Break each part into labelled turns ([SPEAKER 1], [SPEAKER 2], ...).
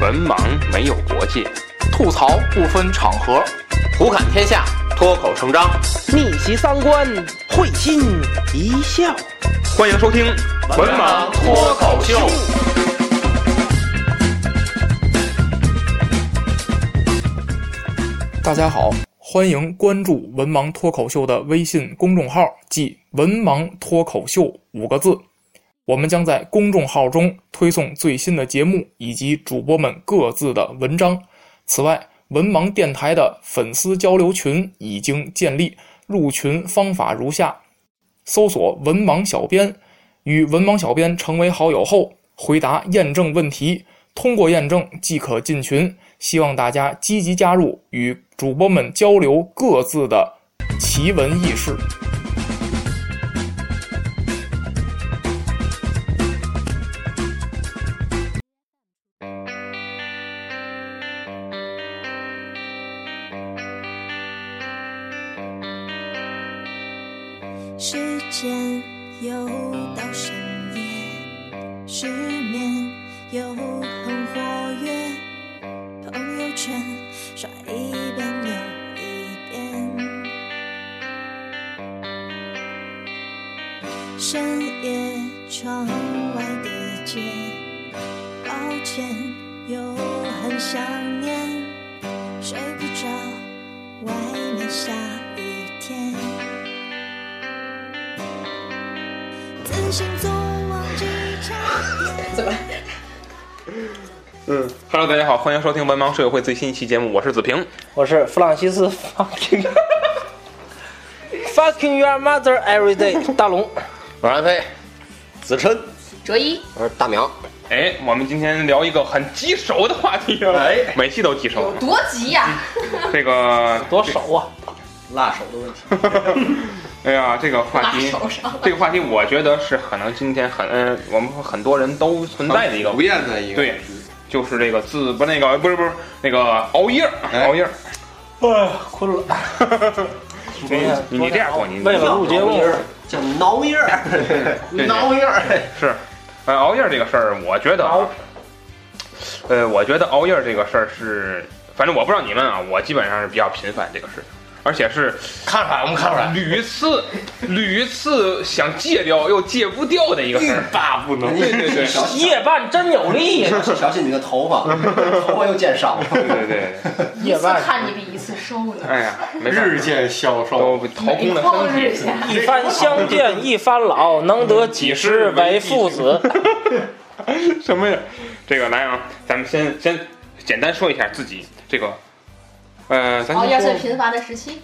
[SPEAKER 1] 文盲没有国界，
[SPEAKER 2] 吐槽不分场合，
[SPEAKER 3] 胡侃天下，脱口成章，
[SPEAKER 4] 逆袭三观，会心一笑。
[SPEAKER 1] 欢迎收听《文盲脱口秀》。
[SPEAKER 2] 大家好，欢迎关注“文盲脱口秀”的微信公众号，即“文盲脱口秀”五个字。我们将在公众号中推送最新的节目以及主播们各自的文章。此外，文盲电台的粉丝交流群已经建立，入群方法如下：搜索“文盲小编”，与文盲小编成为好友后，回答验证问题，通过验证即可进群。希望大家积极加入，与主播们交流各自的奇闻异事。
[SPEAKER 5] 时间又到深夜，失眠又很活跃，朋友圈刷一遍又一遍，深夜窗外的街，抱歉又很想念，睡不着，外面下雨天。自信总忘记差点。怎么？
[SPEAKER 1] 嗯，Hello，大家好，欢迎收听《文盲社友会》最新一期节目，我是子平。
[SPEAKER 4] 我是弗朗西斯 fucking fucking your mother every day 大龙。
[SPEAKER 3] 我是安飞，
[SPEAKER 6] 子琛，
[SPEAKER 7] 卓一，
[SPEAKER 3] 我是大苗，
[SPEAKER 1] 哎，我们今天聊一个很棘手的话题啊，
[SPEAKER 6] 哎
[SPEAKER 1] 每期都棘手
[SPEAKER 7] 有。多急呀、
[SPEAKER 1] 这个
[SPEAKER 4] 多少啊？
[SPEAKER 6] 辣手的问题。
[SPEAKER 1] 哎呀，这个话
[SPEAKER 7] 拉
[SPEAKER 1] 题，
[SPEAKER 7] 手上了。
[SPEAKER 1] 这个话题，我觉得是可能今天很，嗯，我们很多人都存在的一个
[SPEAKER 6] 不，厌的一个
[SPEAKER 1] 对，就是这个自不是那个不是不是那个熬夜
[SPEAKER 6] 哎
[SPEAKER 1] 熬夜。
[SPEAKER 4] 哎，困了。
[SPEAKER 1] 你你 你这样做，你
[SPEAKER 4] 为了录节目，
[SPEAKER 6] 叫挠印 儿，
[SPEAKER 1] 对
[SPEAKER 6] 挠印儿，
[SPEAKER 1] 是，呃，熬夜这个事儿，我觉得啊，呃，我觉得熬夜这个事儿是，反正我不知道你们啊，我基本上是比较频繁这个事情，而且是
[SPEAKER 6] 看出来，我们看出来，
[SPEAKER 1] 屡次屡次想戒掉又戒不掉的一个事儿。
[SPEAKER 6] 罢不能。
[SPEAKER 1] 对对对
[SPEAKER 6] 小心
[SPEAKER 4] 夜半真有力。
[SPEAKER 6] 小心你的头 发，头发又见少了，
[SPEAKER 1] 对对对，
[SPEAKER 7] 一
[SPEAKER 4] 夜
[SPEAKER 7] 次
[SPEAKER 4] 半
[SPEAKER 7] 看你比一次收呢。
[SPEAKER 1] 哎呀，没事，
[SPEAKER 6] 渐消
[SPEAKER 1] 都掏空了
[SPEAKER 7] 旷
[SPEAKER 1] 身
[SPEAKER 7] 日
[SPEAKER 1] 体。
[SPEAKER 7] 下，
[SPEAKER 4] 一番相见一番老，哦能得几时为父子？
[SPEAKER 1] 什么呀？这个来啊，咱们先先简单说一下自己这个，呃，咱
[SPEAKER 7] 熬夜
[SPEAKER 1] 先
[SPEAKER 7] 最
[SPEAKER 1] 说
[SPEAKER 7] 哦频繁的时期，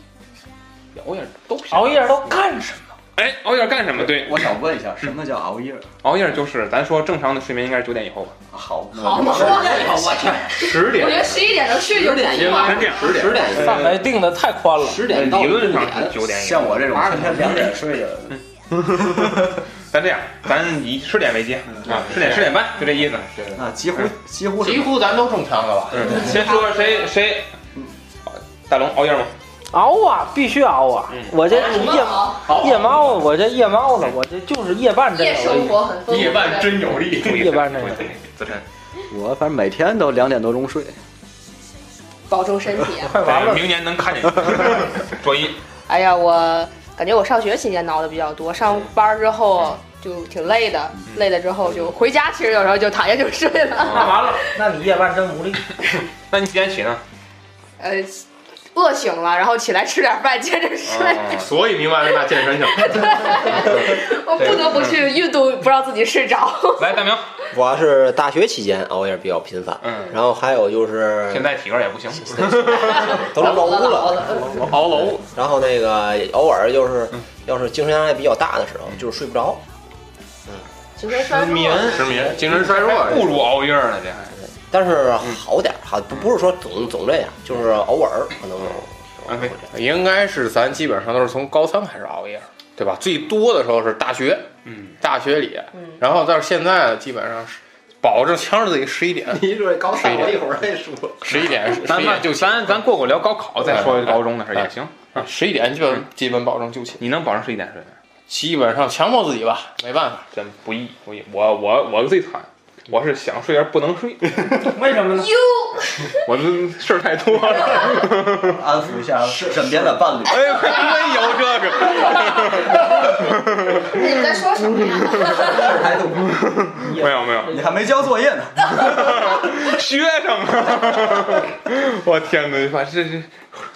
[SPEAKER 1] 熬夜都频繁
[SPEAKER 4] 熬夜都干什么？
[SPEAKER 1] 哎，熬夜干什么？对，
[SPEAKER 6] 我想问一下，什么叫熬夜？
[SPEAKER 1] 熬夜就是咱说正常的睡眠应该是九点以后吧，
[SPEAKER 6] 好，
[SPEAKER 7] 好嘛
[SPEAKER 6] 十点我去，
[SPEAKER 1] 十
[SPEAKER 7] 我觉得十一点能睡就可以了。
[SPEAKER 1] 是这样，
[SPEAKER 6] 十点，十点，
[SPEAKER 4] 范围哎定的太宽了。
[SPEAKER 6] 十点到
[SPEAKER 1] 理论上是九点
[SPEAKER 6] 像我这种天天两点睡的，
[SPEAKER 1] 咱这样，咱以十点为界啊，十点十点半就这意思。
[SPEAKER 6] 那啊几乎几乎
[SPEAKER 3] 嗯几
[SPEAKER 6] 是
[SPEAKER 3] 乎咱都中枪了吧？
[SPEAKER 1] 嗯，先说说谁谁，大龙熬夜吗？
[SPEAKER 4] 熬啊，必须熬啊
[SPEAKER 1] 嗯！
[SPEAKER 4] 我这
[SPEAKER 7] 什么
[SPEAKER 4] 夜
[SPEAKER 7] 熬？
[SPEAKER 4] 夜猫，我这夜猫子，我这就是夜半真
[SPEAKER 7] 夜
[SPEAKER 4] 有
[SPEAKER 7] 生
[SPEAKER 4] 力。
[SPEAKER 7] 活很丰富。对
[SPEAKER 3] 真有力。
[SPEAKER 1] 注意
[SPEAKER 4] 夜班那个
[SPEAKER 1] 注意自身。
[SPEAKER 6] 我，反正每天都两点多钟睡。，
[SPEAKER 7] 保重身体啊！
[SPEAKER 4] 快完了，
[SPEAKER 1] 明年能 看见你。卓一，
[SPEAKER 8] 哎呀，我感觉我上学期间熬的比较多，上班儿之后就挺累的，累了之后就回家，其实有时候就躺下就睡了。
[SPEAKER 4] 快完了，那你夜半真无力。
[SPEAKER 1] 那你几点起呢？
[SPEAKER 8] 呃，饿醒了，然后起来吃点饭，接着睡。
[SPEAKER 1] 哦
[SPEAKER 3] 所以明白为嘛健身去了。
[SPEAKER 8] 我不得不去运动，不让自己睡着。
[SPEAKER 1] 来，大明，
[SPEAKER 3] 我是大学期间熬夜比较频繁，
[SPEAKER 1] 嗯
[SPEAKER 3] 然后还有就是
[SPEAKER 1] 现在体格也不行。
[SPEAKER 3] 都楼
[SPEAKER 7] 熬
[SPEAKER 3] 了，
[SPEAKER 7] 了
[SPEAKER 1] 熬楼，嗯
[SPEAKER 3] 然后那个偶尔就是要是精神压力比较大的时候，就是睡不着。
[SPEAKER 7] 精神衰弱，
[SPEAKER 3] 失眠，精
[SPEAKER 1] 还不如熬夜呢，这还。
[SPEAKER 3] 但是
[SPEAKER 1] 嗯
[SPEAKER 3] 好点儿，好不不是说总总这样，就是偶尔可能
[SPEAKER 1] 安飞，
[SPEAKER 9] 哎应该是咱基本上都是从高三开始熬夜，对吧？最多的时候是大学，
[SPEAKER 1] 嗯，
[SPEAKER 9] 大学里，
[SPEAKER 7] 嗯
[SPEAKER 9] 然后到现在基本上是保证强制自己十一点
[SPEAKER 6] 你这高
[SPEAKER 9] 三我一
[SPEAKER 6] 会儿再说。
[SPEAKER 9] 十一 点，十一
[SPEAKER 1] 咱
[SPEAKER 9] 点
[SPEAKER 1] 们
[SPEAKER 9] 就寝，
[SPEAKER 1] 咱咱过过聊高考，再说高中的事儿
[SPEAKER 3] 哎
[SPEAKER 1] 也行。
[SPEAKER 9] 哎十一点基本基本保证就寝，
[SPEAKER 1] 你能保证十一点睡吗？
[SPEAKER 9] 基本上强迫自己吧，没办法，
[SPEAKER 1] 真不易，不易。我我我最惨，我是想睡而不能睡，
[SPEAKER 4] 为什么呢？
[SPEAKER 7] 哟，
[SPEAKER 1] 我的事儿太多了。
[SPEAKER 6] 安抚一下枕边的伴侣。
[SPEAKER 1] 哎，没有这个，
[SPEAKER 7] 你们在说什么呀？
[SPEAKER 6] 态度，
[SPEAKER 1] 没有没有，
[SPEAKER 6] 你还没交作业呢。
[SPEAKER 1] 学生，啊我天哪，把这这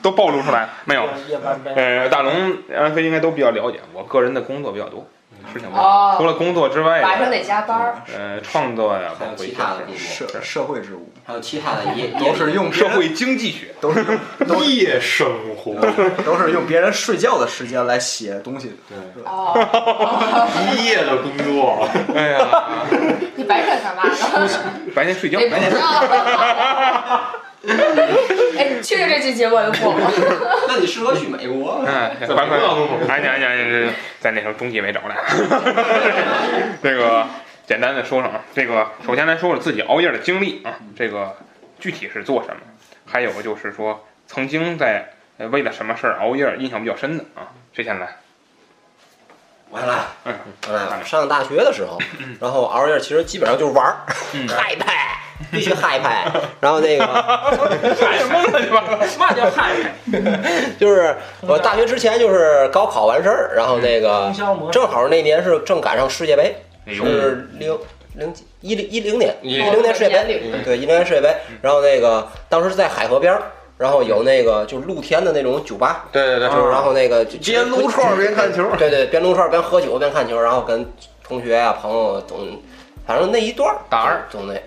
[SPEAKER 1] 都暴露出来了没有？
[SPEAKER 4] 夜班呗。
[SPEAKER 1] 呃，大龙、安飞应该都比较了解，我个人的工作比较多，事情比较多。
[SPEAKER 8] 哦
[SPEAKER 1] 除了工作之外，
[SPEAKER 8] 晚上得加班儿，
[SPEAKER 1] 呃，创作呀，
[SPEAKER 3] 还
[SPEAKER 1] 包
[SPEAKER 3] 有
[SPEAKER 1] 括一
[SPEAKER 3] 其
[SPEAKER 1] 些
[SPEAKER 3] 他的
[SPEAKER 1] 事
[SPEAKER 3] 工作，
[SPEAKER 6] 社社会之舞
[SPEAKER 3] 还有其他的也
[SPEAKER 6] 都是
[SPEAKER 3] 也
[SPEAKER 6] 用
[SPEAKER 1] 社
[SPEAKER 6] 别人
[SPEAKER 1] 会经济学，
[SPEAKER 6] 都是用
[SPEAKER 9] 夜生活，
[SPEAKER 6] 都是用别人睡觉的时间来写东西的。
[SPEAKER 8] 哦，
[SPEAKER 9] 一夜的工作，
[SPEAKER 1] 哎呀，
[SPEAKER 8] 你白天干嘛呢？
[SPEAKER 1] 白天睡觉，
[SPEAKER 8] 没哎不知道。哎，确实这期节目就过了。
[SPEAKER 3] 那你适合去美国。
[SPEAKER 1] 哎，快快，哎呀哎呀，这在那什么中介没找来， 这个简单的说说啊，这个首先来说说自己熬夜的经历啊，这个具体是做什么，还有就是说曾经在呃为了什么事儿熬夜印象比较深的啊，谁先来？
[SPEAKER 3] 我先来，
[SPEAKER 1] 嗯
[SPEAKER 3] 我来。我上大学的时候，然后熬夜其实基本上就是玩儿，嗨派， 必须嗨派。然后那 个
[SPEAKER 1] 什么乱七八糟？
[SPEAKER 4] 嘛叫嗨派？
[SPEAKER 3] 就是我大学之前就是高考完事儿，然后那个
[SPEAKER 4] 通宵磨。
[SPEAKER 3] 正好那年是正赶上世界杯，
[SPEAKER 1] 哎呦，
[SPEAKER 3] 是零零几一零一零年，
[SPEAKER 9] 一
[SPEAKER 3] 一
[SPEAKER 9] 零
[SPEAKER 3] 零年世界杯，对，一零年世界杯。然后那个当时是在海河边儿，然后有那个就是露天的那种酒吧，
[SPEAKER 9] 对对对，
[SPEAKER 3] 就是然后那个就
[SPEAKER 9] 嗯边撸串儿边看球
[SPEAKER 3] 对对，边撸串儿边喝酒边看球，然后跟同学啊朋友总，反正那一段儿
[SPEAKER 1] 大二
[SPEAKER 3] 总得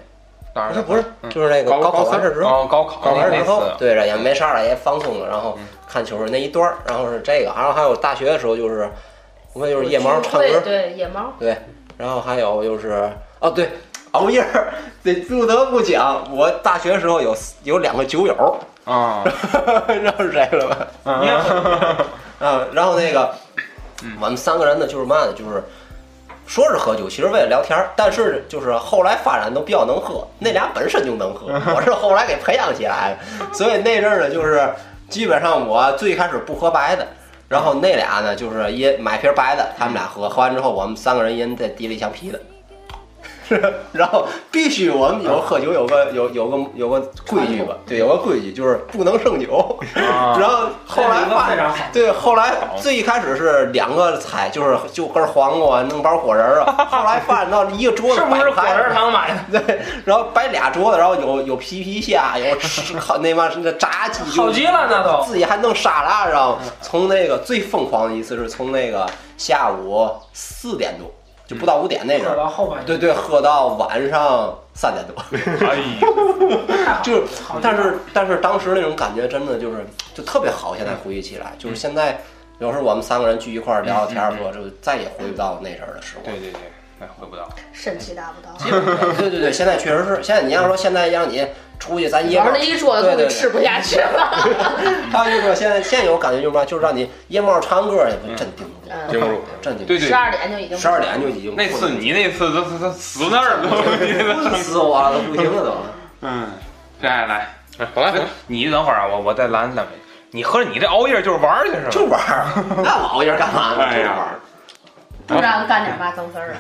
[SPEAKER 3] 不
[SPEAKER 1] 当然
[SPEAKER 3] 是
[SPEAKER 1] 了
[SPEAKER 3] 不是
[SPEAKER 1] 嗯
[SPEAKER 3] 就是那个
[SPEAKER 1] 高
[SPEAKER 3] 考完
[SPEAKER 1] 三
[SPEAKER 3] 事之后。
[SPEAKER 1] 哦高考
[SPEAKER 3] 考完
[SPEAKER 1] 那
[SPEAKER 3] 试之后
[SPEAKER 1] 次，嗯
[SPEAKER 3] 对着也没啥了，也放松了，然后看球那一段儿，然后是这个，然后还有大学的时候就是，无非就是夜猫唱歌
[SPEAKER 8] 对，对，野猫。
[SPEAKER 3] 对，然后还有就是哦，对，熬夜儿得不得不讲，我大学时候有有两个酒友，
[SPEAKER 1] 啊，
[SPEAKER 3] 知道是谁了吧？啊，然后那个我们三个人呢，就是嘛呢，就是说是喝酒，其实为了聊天儿，但是就是后来发展都比较能喝，那俩本身就能喝，我是后来给培养起来的，所以那阵儿呢，就是基本上我最开始不喝白的。然后那俩呢，就是也买瓶白的，他们俩喝，喝完之后我们三个人一人再提了一箱啤的， 然后必须我们有喝酒有个有有个有个规矩吧，对，有个规矩就是不能剩酒， 然后后来发
[SPEAKER 4] 非
[SPEAKER 3] 展
[SPEAKER 4] 常好。
[SPEAKER 3] 啊对，后来最一开始是两个菜，就是就根黄瓜，弄包果仁儿 啊。后来发展到一个桌子
[SPEAKER 4] 是不
[SPEAKER 3] 摆
[SPEAKER 4] 是果
[SPEAKER 3] 盘
[SPEAKER 4] 仁
[SPEAKER 3] 儿，
[SPEAKER 4] 堂买的？
[SPEAKER 3] 对，然后摆俩桌子，然后有有皮皮虾，有吃烤那嘛那炸鸡，
[SPEAKER 4] 好极了，那都。
[SPEAKER 3] 自己还弄沙拉，然后从那个最疯狂的一次是从那个下午四点多，就不到五点那阵
[SPEAKER 4] 可
[SPEAKER 3] 儿，
[SPEAKER 4] 嗯到后半夜。
[SPEAKER 3] 对对，喝到晚上三点多。
[SPEAKER 1] 哎呦，
[SPEAKER 3] 就是
[SPEAKER 4] 好，
[SPEAKER 3] 但是但是当时那种感觉真的就是就特别好。现在回忆起来，
[SPEAKER 4] 嗯
[SPEAKER 3] 就是现在有时候我们三个人聚一块儿聊聊天儿，说就再也回不到那阵儿的时候。
[SPEAKER 1] 对对对，哎，回不到，
[SPEAKER 8] 神奇大不到，
[SPEAKER 3] 对对对，现在确实是。现在你要说现在让你出去，咱爷
[SPEAKER 8] 玩
[SPEAKER 3] 们
[SPEAKER 8] 儿
[SPEAKER 3] 儿
[SPEAKER 8] 那，一桌子
[SPEAKER 3] 对
[SPEAKER 8] 东
[SPEAKER 3] 对
[SPEAKER 8] 西吃不下 去了。
[SPEAKER 3] 他就说现在现在有感觉就是嘛，就是让你爷们儿唱歌去，
[SPEAKER 9] 嗯
[SPEAKER 3] 真顶不住，
[SPEAKER 1] 顶不住。
[SPEAKER 3] 真顶不
[SPEAKER 1] 对
[SPEAKER 3] 住。
[SPEAKER 1] 对
[SPEAKER 8] 嗯十，二点就已经
[SPEAKER 3] 十二点就已经
[SPEAKER 1] 那次你那次都都死那儿了，
[SPEAKER 3] 困 死我了，啊都不行了都。
[SPEAKER 1] 嗯，这还来。
[SPEAKER 9] 好来，
[SPEAKER 1] 你等会儿啊，我我再拦两位。你合着你这熬夜 就是玩儿啊去是吧？
[SPEAKER 3] 就玩儿， 那老爷干嘛呢？
[SPEAKER 1] 哎
[SPEAKER 3] 就
[SPEAKER 1] 呀
[SPEAKER 3] 玩儿。
[SPEAKER 8] 不让干点嘛脏事儿啊。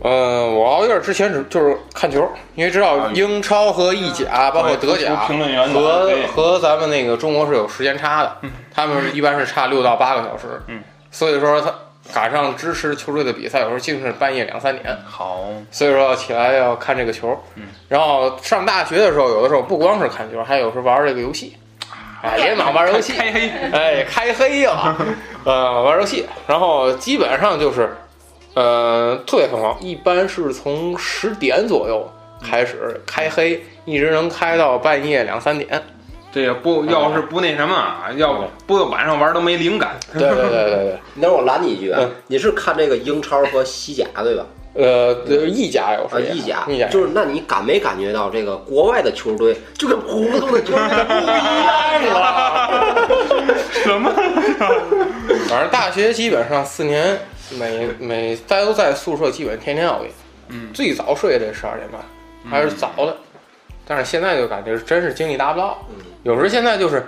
[SPEAKER 9] 呃，我熬夜之前只就是看球，因为知
[SPEAKER 1] 啊
[SPEAKER 9] 道英超和意甲，包括德甲
[SPEAKER 1] 评论员
[SPEAKER 9] 和
[SPEAKER 1] 对
[SPEAKER 9] 和咱们那个中国是有时间差的，他们一般是差六到八个小时，
[SPEAKER 1] 嗯，
[SPEAKER 9] 所以说他赶上支持球队的比赛，有时候竟是半夜两三点，
[SPEAKER 1] 好，
[SPEAKER 9] 所以说要起来要看这个球，
[SPEAKER 1] 嗯，
[SPEAKER 9] 然后上大学的时候，有的时候不光是看球，还有时候玩这个游戏，哎，连网玩游戏，
[SPEAKER 1] 开 黑
[SPEAKER 9] 哎，开黑了，呃，玩游戏，然后基本上就是，呃，特别疯狂，一般是从十点左右开始开黑，一直能开到半夜两三点。
[SPEAKER 1] 这个不要是不那什么啊，要不晚上玩都没灵感。
[SPEAKER 9] 对对对对
[SPEAKER 3] 那我拦你一句啊
[SPEAKER 9] 嗯，
[SPEAKER 3] 你是看这个英超和西甲对吧？
[SPEAKER 9] 对，呃， 就是意甲有时
[SPEAKER 3] 啊，
[SPEAKER 9] 候也
[SPEAKER 3] 意甲，
[SPEAKER 9] 意甲
[SPEAKER 3] 就是那你感没感觉到这个国外的球队就跟普通的球队 不一样了？
[SPEAKER 1] 什么？
[SPEAKER 9] 反正大学基本上四年，每每大家都在宿舍，基本天天熬夜。
[SPEAKER 1] 嗯
[SPEAKER 9] 最早睡也得十二点半，还是早的。但是现在就感觉真是精力达不到。
[SPEAKER 3] 嗯
[SPEAKER 9] 有时候现在就是，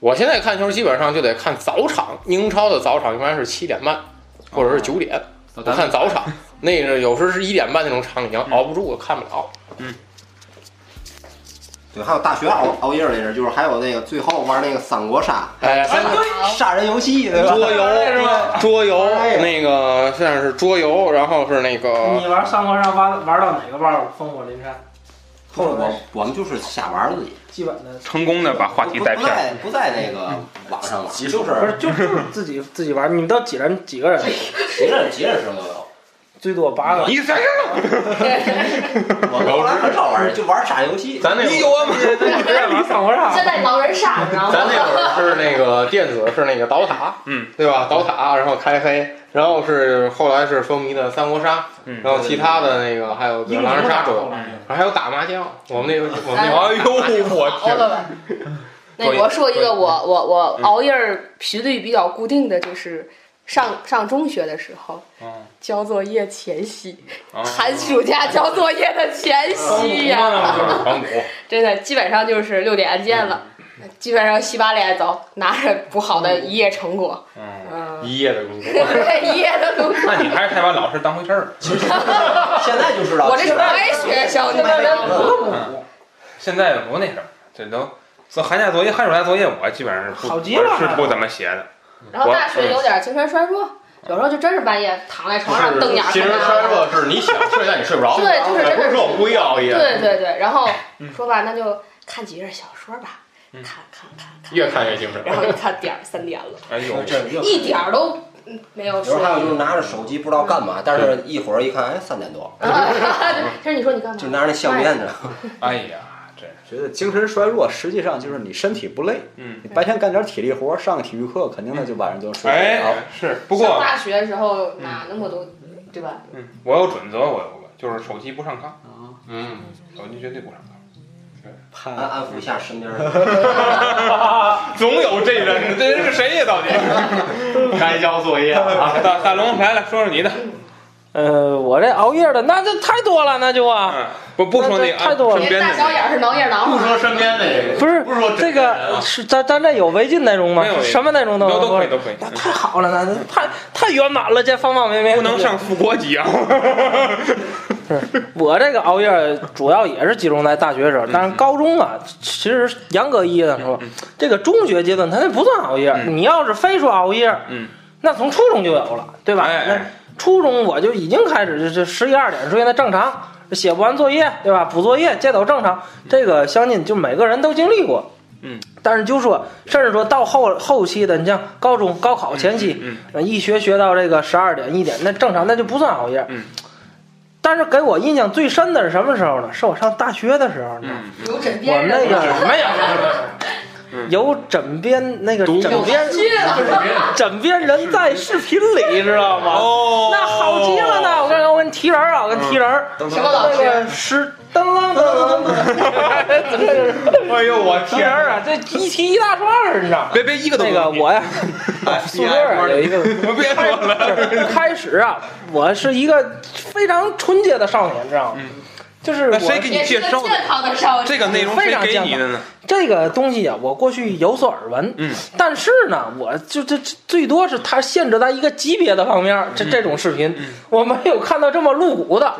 [SPEAKER 9] 我现在看球基本上就得看早场，英超的早场一般是七点半，
[SPEAKER 3] 哦嗯
[SPEAKER 9] 或者是九点。我看早场，那个有时是一点半那种场已经熬不住了，看不了。
[SPEAKER 1] 嗯。
[SPEAKER 3] 对，还有大学熬熬夜儿那阵儿，就是还有那个最后玩那个三国杀
[SPEAKER 9] 哎，
[SPEAKER 3] 杀人游戏，对吧？
[SPEAKER 9] 桌游
[SPEAKER 3] 是吧？
[SPEAKER 9] 桌游
[SPEAKER 3] 哎呀
[SPEAKER 9] 那个现在是桌游，然后是那个
[SPEAKER 10] 你玩三国杀玩玩到哪个腕儿烽火连山？
[SPEAKER 3] 后来我我们就是瞎玩儿自己，
[SPEAKER 10] 基本的
[SPEAKER 1] 成功的把话题
[SPEAKER 3] 不
[SPEAKER 1] 带
[SPEAKER 3] 不
[SPEAKER 1] 偏了。
[SPEAKER 3] 在不在那个网上玩，就
[SPEAKER 10] 不
[SPEAKER 3] 是
[SPEAKER 10] 是就就是自己自己玩。你们都几人 几个人？
[SPEAKER 3] 谁认谁认识 都有。
[SPEAKER 10] 最多八个。
[SPEAKER 1] 你谁呀？
[SPEAKER 3] 我们后来很少玩儿，就玩儿傻游戏。
[SPEAKER 9] 咱那
[SPEAKER 1] 你有啊？
[SPEAKER 10] 玩三国杀
[SPEAKER 7] 现在狼人杀，你知道吗？
[SPEAKER 9] 咱那会儿是那个电子是那个倒塔，
[SPEAKER 1] 嗯，
[SPEAKER 9] 对吧？倒塔，然后开黑，然后是后来是风靡的三国杀，
[SPEAKER 1] 嗯
[SPEAKER 9] 然后其他的那个还有
[SPEAKER 10] 英雄
[SPEAKER 9] 狼人杀桌游，
[SPEAKER 10] 后来
[SPEAKER 9] 然后还有打麻将。我们那个我们那
[SPEAKER 1] 哎呦，我
[SPEAKER 8] 熬
[SPEAKER 1] 天！
[SPEAKER 8] 了哦吧。那我说一个我
[SPEAKER 3] 嗯
[SPEAKER 8] 我我熬夜儿频率比较固定的就是上上中学的时候
[SPEAKER 1] 嗯
[SPEAKER 8] 交作业前夕，
[SPEAKER 1] 啊
[SPEAKER 8] 寒暑假交作业的前夕呀、
[SPEAKER 1] 啊
[SPEAKER 10] 哦
[SPEAKER 1] 黄谷，
[SPEAKER 8] 真的基本上就是六点按键了，
[SPEAKER 3] 嗯
[SPEAKER 8] 基本上洗把脸走，拿着补好的一夜成果，
[SPEAKER 1] 嗯，
[SPEAKER 8] 嗯，
[SPEAKER 9] 一夜的工作，
[SPEAKER 3] 嗯
[SPEAKER 8] 对 一夜的工 作。
[SPEAKER 1] 那你还是太把老师当回事儿了。
[SPEAKER 3] 现在就知道，
[SPEAKER 8] 我这
[SPEAKER 3] 现在
[SPEAKER 8] 白学校，你
[SPEAKER 3] 现
[SPEAKER 8] 知道
[SPEAKER 3] 在
[SPEAKER 8] 吗？
[SPEAKER 1] 嗯现在不那什么，这都这寒假作业、寒暑假作业，我基本上是不
[SPEAKER 10] 好极了
[SPEAKER 1] 我是不怎么写的。
[SPEAKER 8] 然后
[SPEAKER 1] 我
[SPEAKER 8] 大学有点精神衰弱，有时候就真是半夜躺在床上瞪眼儿
[SPEAKER 9] 其
[SPEAKER 8] 看
[SPEAKER 9] 实
[SPEAKER 8] 电
[SPEAKER 9] 衰
[SPEAKER 8] 视。
[SPEAKER 9] 弱是你想睡但你睡不着，
[SPEAKER 8] 对就是
[SPEAKER 9] 哎
[SPEAKER 8] 真的
[SPEAKER 9] 不是说我故意熬夜，
[SPEAKER 8] 对对对，然后
[SPEAKER 1] 嗯
[SPEAKER 8] 说吧，那就看几页小说吧，
[SPEAKER 1] 嗯
[SPEAKER 8] 看看看看，
[SPEAKER 9] 越看越精神。
[SPEAKER 8] 然后一看点儿三点了，
[SPEAKER 1] 哎呦，
[SPEAKER 3] 这又
[SPEAKER 8] 一点儿都嗯没有
[SPEAKER 3] 有
[SPEAKER 8] 睡
[SPEAKER 3] 时候。还有就是拿着手机不知道干嘛，但是一会儿一看，哎，三点多，
[SPEAKER 8] 其实你说你干
[SPEAKER 3] 就
[SPEAKER 8] 嘛？
[SPEAKER 3] 拿着那相面呢。
[SPEAKER 1] 哎呀，真是
[SPEAKER 6] 觉得精神衰弱实际上就是你身体不累，
[SPEAKER 1] 嗯，
[SPEAKER 6] 你白天干点体力活，上个体育课，肯定的就晚上就睡不着。
[SPEAKER 1] 哎，是不
[SPEAKER 8] 上
[SPEAKER 1] 过
[SPEAKER 8] 大学的时候哪那么多，对吧？
[SPEAKER 1] 嗯，我有准则，我有个就是手机不上炕，
[SPEAKER 10] 啊
[SPEAKER 9] 嗯，
[SPEAKER 1] 手机绝对不上炕，
[SPEAKER 6] 怕
[SPEAKER 3] 安安抚一下身边 的，
[SPEAKER 1] 总有这人，这人是谁呀？到底？
[SPEAKER 9] 该交作业了。
[SPEAKER 1] 啊，大大龙来了，说说你的，
[SPEAKER 10] 呃，我这熬夜的那就太多了，那就啊，
[SPEAKER 1] 嗯，不不说那
[SPEAKER 10] 那这太多了
[SPEAKER 1] 身
[SPEAKER 8] 连
[SPEAKER 1] 边
[SPEAKER 8] 大小
[SPEAKER 1] 的，
[SPEAKER 8] 眼儿是挠夜挠
[SPEAKER 9] 不
[SPEAKER 8] 吗？
[SPEAKER 9] 说身边那个，
[SPEAKER 10] 不是
[SPEAKER 9] 不是说
[SPEAKER 10] 这
[SPEAKER 9] 真人
[SPEAKER 10] 个
[SPEAKER 9] 啊
[SPEAKER 10] 是咱咱这有违禁内容吗
[SPEAKER 1] 没有违？禁
[SPEAKER 10] 什么内容
[SPEAKER 1] 都
[SPEAKER 10] 有。
[SPEAKER 1] 都可以，都可以，
[SPEAKER 10] 那太好了，那太太圆哎满了，这方方面面
[SPEAKER 1] 不能上副国级啊。
[SPEAKER 10] 我这个熬夜主要也是集中在大学时候，
[SPEAKER 1] 嗯
[SPEAKER 10] 但是高中啊，其实严格意义上说，这个中学阶段它那不 算熬夜。
[SPEAKER 1] 嗯
[SPEAKER 10] 你要是非说熬夜，
[SPEAKER 1] 嗯，
[SPEAKER 10] 那从初中就有了，对吧？
[SPEAKER 1] 哎
[SPEAKER 10] 那
[SPEAKER 1] 哎
[SPEAKER 10] 初中我就已经开始就是十一二点睡，那正常。写不完作业，对吧？补作业这都正常，这个相信就每个人都经历过。
[SPEAKER 1] 嗯，
[SPEAKER 10] 但是就说，甚至说到后后期的，你像高中高考前期，
[SPEAKER 1] 嗯，
[SPEAKER 10] 呃一学学到这个十二点一点，那正常，那就不算熬夜。
[SPEAKER 1] 嗯。
[SPEAKER 10] 但是给我印象最深的是什么时候呢？是我上大学的时候呢。
[SPEAKER 1] 嗯
[SPEAKER 8] 有枕
[SPEAKER 10] 我
[SPEAKER 8] 边
[SPEAKER 10] 们
[SPEAKER 8] 人
[SPEAKER 10] 那
[SPEAKER 8] 的
[SPEAKER 10] 个没有，
[SPEAKER 1] 嗯
[SPEAKER 10] 有枕边那个
[SPEAKER 1] 毒
[SPEAKER 10] 枕边枕边人在视频里，知道吗？
[SPEAKER 1] 哦，嗯
[SPEAKER 10] 那好极了呢！我跟我跟提人儿啊，我跟提人儿，
[SPEAKER 8] 什么老
[SPEAKER 10] 那
[SPEAKER 8] 师？
[SPEAKER 10] 个是噔噔噔噔噔，这 是
[SPEAKER 1] 哎呦 我
[SPEAKER 10] 提人儿啊，这一提一大串儿，你知道 吗？
[SPEAKER 1] 别别一个都
[SPEAKER 10] 那
[SPEAKER 1] 不
[SPEAKER 10] 个
[SPEAKER 1] 能提
[SPEAKER 10] 我呀，
[SPEAKER 1] 哎
[SPEAKER 10] 宿舍啊有一个。
[SPEAKER 1] 我别说了，
[SPEAKER 10] 开始啊，我是一个非常纯洁的少年，知道吗？就是
[SPEAKER 1] 嗯那
[SPEAKER 10] 我
[SPEAKER 1] 谁给你
[SPEAKER 8] 也是
[SPEAKER 1] 介
[SPEAKER 8] 个
[SPEAKER 1] 绍的
[SPEAKER 8] 健康的少
[SPEAKER 1] 这
[SPEAKER 8] 年。
[SPEAKER 1] 个内容谁给你的呢？
[SPEAKER 10] 这个东西啊，我过去有所耳闻，
[SPEAKER 1] 嗯，
[SPEAKER 10] 但是呢，我就这这最多是它限制在一个级别的方面，
[SPEAKER 1] 嗯
[SPEAKER 10] 这这种视频、我没有看到这么露骨的。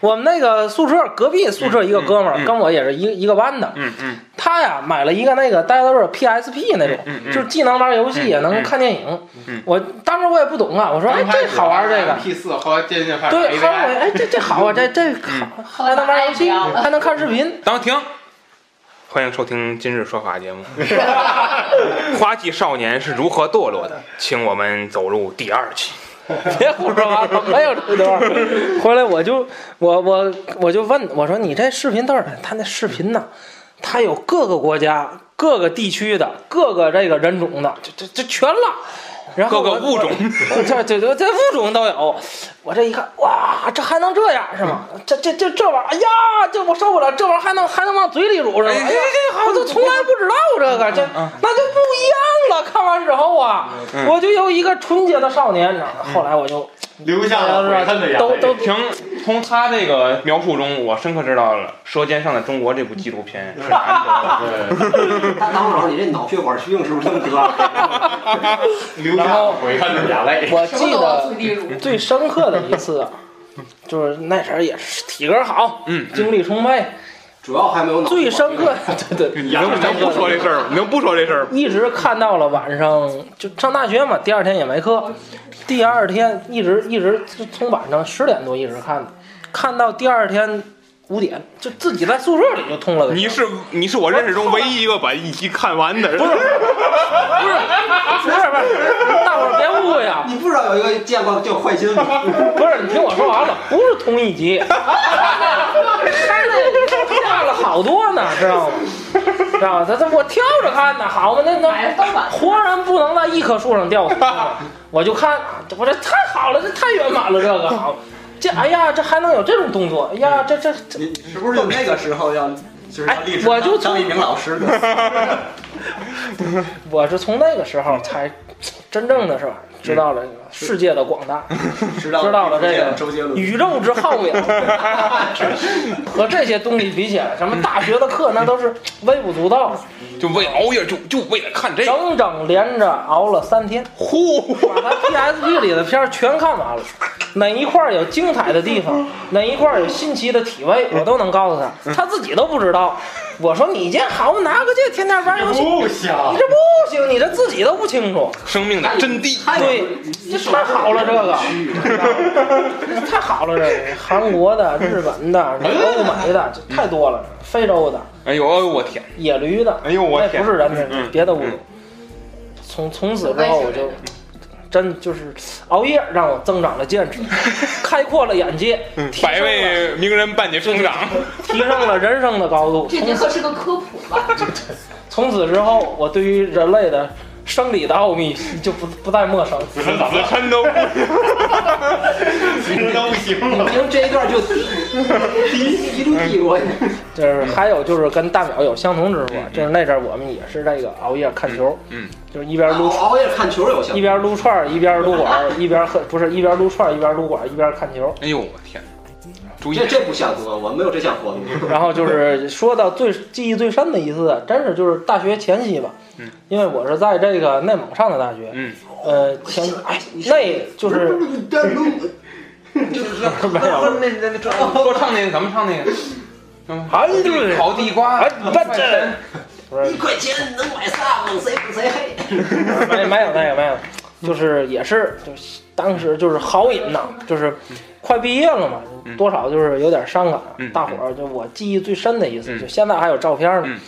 [SPEAKER 10] 我们那个宿舍隔壁宿舍一个哥们儿、
[SPEAKER 1] 嗯嗯嗯
[SPEAKER 10] 跟我也是一一个班的，
[SPEAKER 1] 嗯嗯
[SPEAKER 10] 他呀买了一个那个戴尔 PSP 那种，
[SPEAKER 1] 嗯嗯
[SPEAKER 10] 就是既能玩游戏也
[SPEAKER 1] 嗯
[SPEAKER 10] 能
[SPEAKER 1] 嗯
[SPEAKER 10] 看电影。
[SPEAKER 1] 嗯
[SPEAKER 10] 我当时我也不懂啊，我说哎这好玩这个。
[SPEAKER 9] P 四，后来渐渐发展
[SPEAKER 10] 对，后来我
[SPEAKER 9] AI，
[SPEAKER 10] 哎，这这好啊，这这好，还能玩游戏，还能看视频
[SPEAKER 1] 嗯，，当停。欢迎收听今日说法节目。花季少年是如何堕落的？请我们走入第二期。
[SPEAKER 10] 别胡说八道，没有这段儿。回来我就我我我就问我说你这视频到底他那视频呢？他有各个国家、各个地区的、各个这个人种的，这这这全了。然后
[SPEAKER 1] 各
[SPEAKER 10] 我
[SPEAKER 1] 个物种，
[SPEAKER 10] 这这这这物种都有。我这一看，哇，这还能这样是吗？这这这这玩意儿，哎呀，这我受不了，这玩意儿还能还能往嘴里乳是吗？
[SPEAKER 1] 哎
[SPEAKER 10] 哎呀，我就从来不知道这个，这那就不一样了。看完之后啊，
[SPEAKER 1] 嗯
[SPEAKER 10] 我就有一个纯洁的少年，你知道吗？后来我就嗯
[SPEAKER 9] 留下了悔恨的眼
[SPEAKER 10] 都
[SPEAKER 9] 泪。
[SPEAKER 10] 都
[SPEAKER 1] 停。从他这个描述中，我深刻知道了《舌尖上的中国》这部纪录 片是男的。
[SPEAKER 9] 对，
[SPEAKER 3] 大当老师，你这脑血管虚硬是不是这么得？
[SPEAKER 9] 留下了悔恨的眼泪。
[SPEAKER 10] 我
[SPEAKER 8] 什么
[SPEAKER 10] 记
[SPEAKER 8] 都往
[SPEAKER 10] 得
[SPEAKER 8] 自己里辱。
[SPEAKER 10] 最深刻的一次啊， 就是那时候也是体格好，
[SPEAKER 1] 嗯，
[SPEAKER 10] 精力充沛，
[SPEAKER 3] 主要还没有脑子
[SPEAKER 10] 最深刻，对对，
[SPEAKER 1] 你能不能不说这事儿吗？你能不说这事儿吗？
[SPEAKER 10] 一直看到了晚上，就上大学嘛，第二天也没课，第二天一直一直就从晚上十点多一直看的，看到第二天五点，就自己在宿舍里就通了个。
[SPEAKER 1] 你是你是我认识中唯一一个把一集看完的人。不是，
[SPEAKER 10] 不是，不是，不是，大伙儿别误会啊！
[SPEAKER 3] 你不知道有一个见过叫坏金吗？
[SPEAKER 10] 不是，你听我说完了，不是同一集，他那差了好多呢，知道吗？知道吗？他他我挑着看呢，好嘛，那
[SPEAKER 7] 买哎的都
[SPEAKER 10] 那
[SPEAKER 7] 满
[SPEAKER 10] 活人不能在一棵树上吊死，我就看，我这太好了，这太圆满了，这个好，这哎呀，这还能有这种动作，哎呀，这这这，
[SPEAKER 6] 你是不是就那个时候要就是要立志
[SPEAKER 10] 我就
[SPEAKER 6] 当当一名老师的？
[SPEAKER 10] 我是从那个时候才真正的是吧，知道了世界的广大。
[SPEAKER 6] 知道
[SPEAKER 10] 知道了这个
[SPEAKER 6] 周杰伦，
[SPEAKER 10] 宇宙之浩渺， 和这些东西比起来，什么大学的课那都是微不足道。
[SPEAKER 1] 就为熬夜就就为了看这个。
[SPEAKER 10] 整整连着熬了三天，
[SPEAKER 1] 呼，
[SPEAKER 10] 把他 PSP 里的片儿全看完了，哪一块儿有精彩的地方，哪一块儿有新奇的体位，我都能告诉他，
[SPEAKER 1] 嗯
[SPEAKER 10] 他自己都不 知道。我说你这好拿个这天天玩游戏，
[SPEAKER 6] 不行，
[SPEAKER 10] 你这不行，你这自己都不清楚。
[SPEAKER 1] 生命的真谛。
[SPEAKER 10] 对，这太好了，这个，太好了，这个韩 国的、日本的、欧美的，这太多了，非洲的、
[SPEAKER 1] 哎呦，哎呦，我天！
[SPEAKER 10] 野驴的，
[SPEAKER 1] 嗯哎呦我
[SPEAKER 10] 那
[SPEAKER 1] 天
[SPEAKER 10] 不是人的，
[SPEAKER 1] 嗯
[SPEAKER 10] 别的物种。从从此之后，我就真就是熬夜让我增长了见 识，开阔了眼界，提升
[SPEAKER 1] 嗯百
[SPEAKER 10] 了
[SPEAKER 1] 位名人伴你成长。
[SPEAKER 10] 提升了人生的高度。
[SPEAKER 7] 这节
[SPEAKER 10] 从
[SPEAKER 7] 课
[SPEAKER 10] 此
[SPEAKER 7] 是个科普吧？
[SPEAKER 10] 从此之后，我对于人类的生理的奥秘就不不再陌 生。
[SPEAKER 1] 子琛 都不
[SPEAKER 3] 听这一段就滴滴一路滴过去。
[SPEAKER 1] 嗯
[SPEAKER 10] 就是还有就是跟大淼有相同之处，就是那阵儿我们也是这个熬夜看球，
[SPEAKER 1] 嗯嗯，
[SPEAKER 10] 就是一边撸
[SPEAKER 3] 熬熬夜看球有效
[SPEAKER 10] 一，边撸串儿一边撸管儿，一边喝不是一边撸串儿一边撸管儿一边看球，
[SPEAKER 1] 哎呦，我天！注意
[SPEAKER 3] 这，这不像多，我没有这项活动。
[SPEAKER 10] 然后就是说到最记忆最深的一次，真是就是大学前夕吧，
[SPEAKER 1] 嗯，
[SPEAKER 10] 因为我是在这个内蒙上的大学，
[SPEAKER 1] 嗯，
[SPEAKER 10] 呃，前哎那就是 没有
[SPEAKER 1] 那那那说唱那个，咱们唱那个。
[SPEAKER 10] 哎对，
[SPEAKER 1] 烤地瓜，
[SPEAKER 10] 哎 半真。 不是
[SPEAKER 3] 一块钱能买仨，问谁问谁黑。
[SPEAKER 10] 没没有没有没有，就是也是就是当时就是好饮呐，就是快毕业了嘛，
[SPEAKER 1] 嗯
[SPEAKER 10] 多少就是有点伤感。
[SPEAKER 1] 嗯
[SPEAKER 10] 大伙儿就我记忆最深的一次，
[SPEAKER 1] 嗯
[SPEAKER 10] 就现在还有照片呢。
[SPEAKER 1] 嗯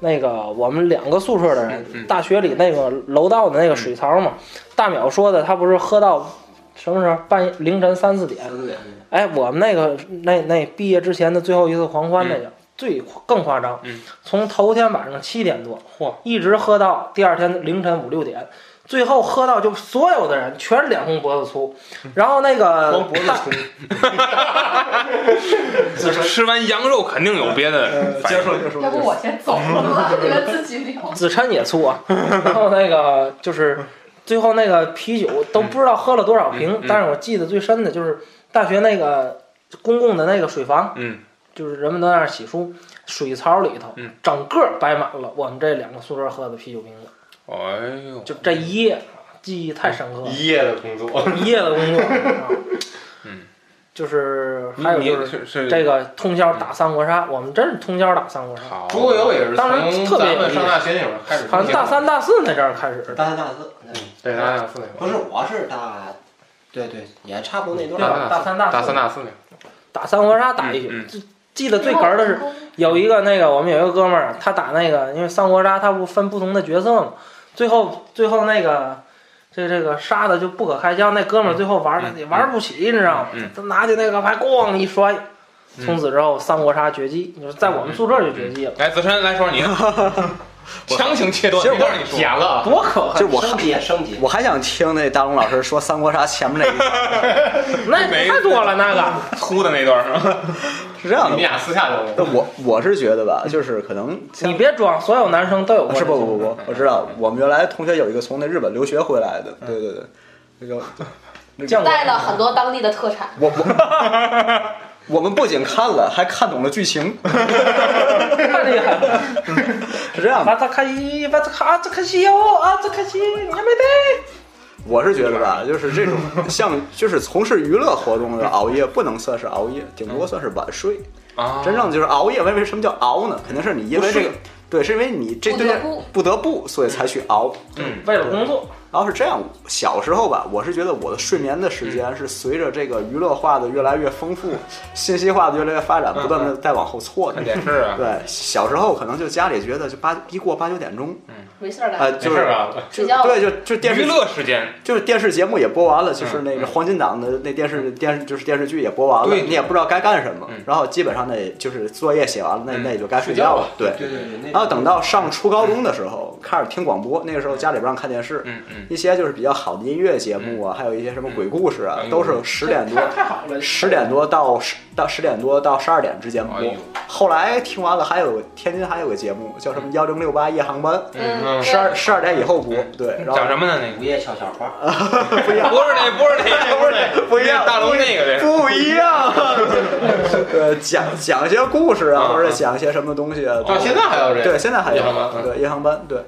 [SPEAKER 10] 那个我们两个宿舍的人，
[SPEAKER 1] 嗯嗯嗯
[SPEAKER 10] 大学里那个楼道的那个水槽嘛，大淼说的，他不是喝到什么时候半夜凌晨三四点？
[SPEAKER 1] 嗯
[SPEAKER 10] 哎，我们那个那那毕业之前的最后一次狂欢那个。最更夸张，
[SPEAKER 1] 嗯
[SPEAKER 10] 从头天晚上七点多，
[SPEAKER 1] 嚯
[SPEAKER 10] 一直喝到第二天凌晨五六点，最后喝到就所有的人全是脸红脖子粗，
[SPEAKER 1] 嗯
[SPEAKER 10] 然后那个大
[SPEAKER 1] 吃完羊肉肯定有别的反
[SPEAKER 6] 接
[SPEAKER 1] 应。
[SPEAKER 6] 受接受，
[SPEAKER 7] 要不我先走了，你们自己聊。
[SPEAKER 10] 子琛也粗啊， 然后那个就是最后那个啤酒都不知道喝了多少瓶，
[SPEAKER 1] 嗯嗯
[SPEAKER 10] 但是我记得最深的就是大学那个公共的那个水房，
[SPEAKER 1] 嗯，
[SPEAKER 10] 就是人们都在那儿洗漱，水槽里头
[SPEAKER 1] 嗯
[SPEAKER 10] 整个摆满了我们这两个宿舍喝的啤酒瓶子，
[SPEAKER 1] 哎呦，
[SPEAKER 10] 就这一夜记忆太深刻了。
[SPEAKER 9] 一夜的工作，
[SPEAKER 10] 一夜的工作，啊
[SPEAKER 1] 嗯，
[SPEAKER 10] 就是还有就是
[SPEAKER 1] 是是
[SPEAKER 10] 这个通宵打三国杀，我们真是通宵打三国杀，
[SPEAKER 1] 好，
[SPEAKER 9] 桌游也是
[SPEAKER 10] 当然
[SPEAKER 9] 从
[SPEAKER 10] 特别
[SPEAKER 9] 咱们
[SPEAKER 10] 有
[SPEAKER 9] 上
[SPEAKER 10] 意思
[SPEAKER 9] 大学那会儿开始，
[SPEAKER 10] 好像大，三大四那阵儿开始的，
[SPEAKER 3] 大三大四，
[SPEAKER 9] 对，大三大四那会
[SPEAKER 3] 不
[SPEAKER 9] 儿，
[SPEAKER 3] 是，我是大，对对，也差不多那
[SPEAKER 9] 大
[SPEAKER 3] 段。
[SPEAKER 9] 三
[SPEAKER 10] 大三大四
[SPEAKER 9] 大三大四那会儿，
[SPEAKER 10] 打三国杀打一
[SPEAKER 1] 嗯嗯
[SPEAKER 10] 宿，记记得最哏儿的是有一个那个我们有一个哥们儿，他打那个因为三国杀他不分不同的角色嘛，最后最后那个。这这个杀的就不可开交，那哥们儿最后玩的
[SPEAKER 1] 嗯
[SPEAKER 10] 也玩不起，你知道吗
[SPEAKER 1] 嗯？
[SPEAKER 10] 他拿起那个牌咣一摔，从此之后三国杀绝迹，就是在我们宿舍就绝迹了，
[SPEAKER 1] 嗯来，子琛来说说 你，强行切断，
[SPEAKER 6] 其实我
[SPEAKER 1] 你告诉你说，
[SPEAKER 9] 剪了，
[SPEAKER 10] 多可恨！
[SPEAKER 6] 啊就是我
[SPEAKER 3] 升级升级，
[SPEAKER 6] 我还想听那大龙老师说三国杀前面那一段，
[SPEAKER 10] 那
[SPEAKER 1] 没
[SPEAKER 10] 太多了，那个
[SPEAKER 1] 粗的那段是吧？
[SPEAKER 6] 是这样
[SPEAKER 9] 你们
[SPEAKER 6] 的。
[SPEAKER 9] 俩私下聊
[SPEAKER 6] 那。我我是觉得吧，就是可能 像
[SPEAKER 10] 你别装，所有男生都有过。
[SPEAKER 6] 是不不不不，我知道，我们原来同学有一个从那日本留学回来的，对对对，那 个
[SPEAKER 10] 见过
[SPEAKER 7] 带了很多当地的特产，
[SPEAKER 6] 我我我们不仅看了，还看懂了剧情，
[SPEAKER 10] 太厉害了！
[SPEAKER 6] 是这样的。
[SPEAKER 10] 啊瓦扎卡伊，瓦扎卡，阿扎卡西哟，阿扎卡西，你没得。
[SPEAKER 6] 我是觉得吧，就 是这种像就是从事娱乐活动的熬夜，不能算是熬夜，顶多算是晚睡。
[SPEAKER 1] 啊
[SPEAKER 6] 真正就是熬夜，为为什么叫熬呢？肯定是你因为这个
[SPEAKER 1] 不睡，
[SPEAKER 6] 对，是因为你这对不得不，所以才去熬。
[SPEAKER 1] 嗯，
[SPEAKER 10] 为了工作。
[SPEAKER 6] 然后是这样，小时候吧，我是觉得我的睡眠的时间是随着这个娱乐化的越来越 丰富，信息化的越来越发
[SPEAKER 1] 嗯
[SPEAKER 6] 展，不断的在往后错的。
[SPEAKER 1] 也是啊
[SPEAKER 6] 对，小时候可能就家里觉得就八一过八九点
[SPEAKER 1] 嗯
[SPEAKER 6] 钟，
[SPEAKER 7] 没事儿
[SPEAKER 6] 啊，
[SPEAKER 7] 干，
[SPEAKER 6] 就是
[SPEAKER 1] 没事儿啊
[SPEAKER 6] 就
[SPEAKER 7] 睡觉
[SPEAKER 6] 对，就就电视
[SPEAKER 1] 娱乐时间，嗯
[SPEAKER 6] 就是电视节目也播完了，就是那个黄金档的那电视电视就是电视剧也播完了，
[SPEAKER 1] 对嗯
[SPEAKER 6] 你也不知道该干什么，然后基本上那就是作业写完了，那那也就该睡觉了，对。
[SPEAKER 3] 对对对，
[SPEAKER 6] 然后等到上初高中的时候，开始听广播，那个时候家里不让看电视，
[SPEAKER 1] 嗯嗯，
[SPEAKER 6] 一些就是比较好的音乐节目啊，还有一些什么鬼故事
[SPEAKER 1] 嗯
[SPEAKER 6] 啊，都是十点多
[SPEAKER 10] 太好了，
[SPEAKER 6] 十点多到十到十点多到十二点之间播
[SPEAKER 1] 哎呦。
[SPEAKER 6] 后来听完了，还有天津还有个节目叫什么幺零六八夜航班，
[SPEAKER 1] 嗯，
[SPEAKER 6] 十二十二点以后播，对，然后
[SPEAKER 1] 讲什么呢？那
[SPEAKER 3] 午夜悄悄话，
[SPEAKER 6] 啊不一样
[SPEAKER 1] 个不是那不是那不是那
[SPEAKER 6] 不一样
[SPEAKER 1] 大龙那个这是
[SPEAKER 6] 不一样， 呃，讲讲一些故事啊，
[SPEAKER 1] 啊
[SPEAKER 6] 或者讲一些什么东西啊。
[SPEAKER 9] 到现在还有这
[SPEAKER 6] 对，现在还有
[SPEAKER 9] 夜航班
[SPEAKER 6] 对夜航班，对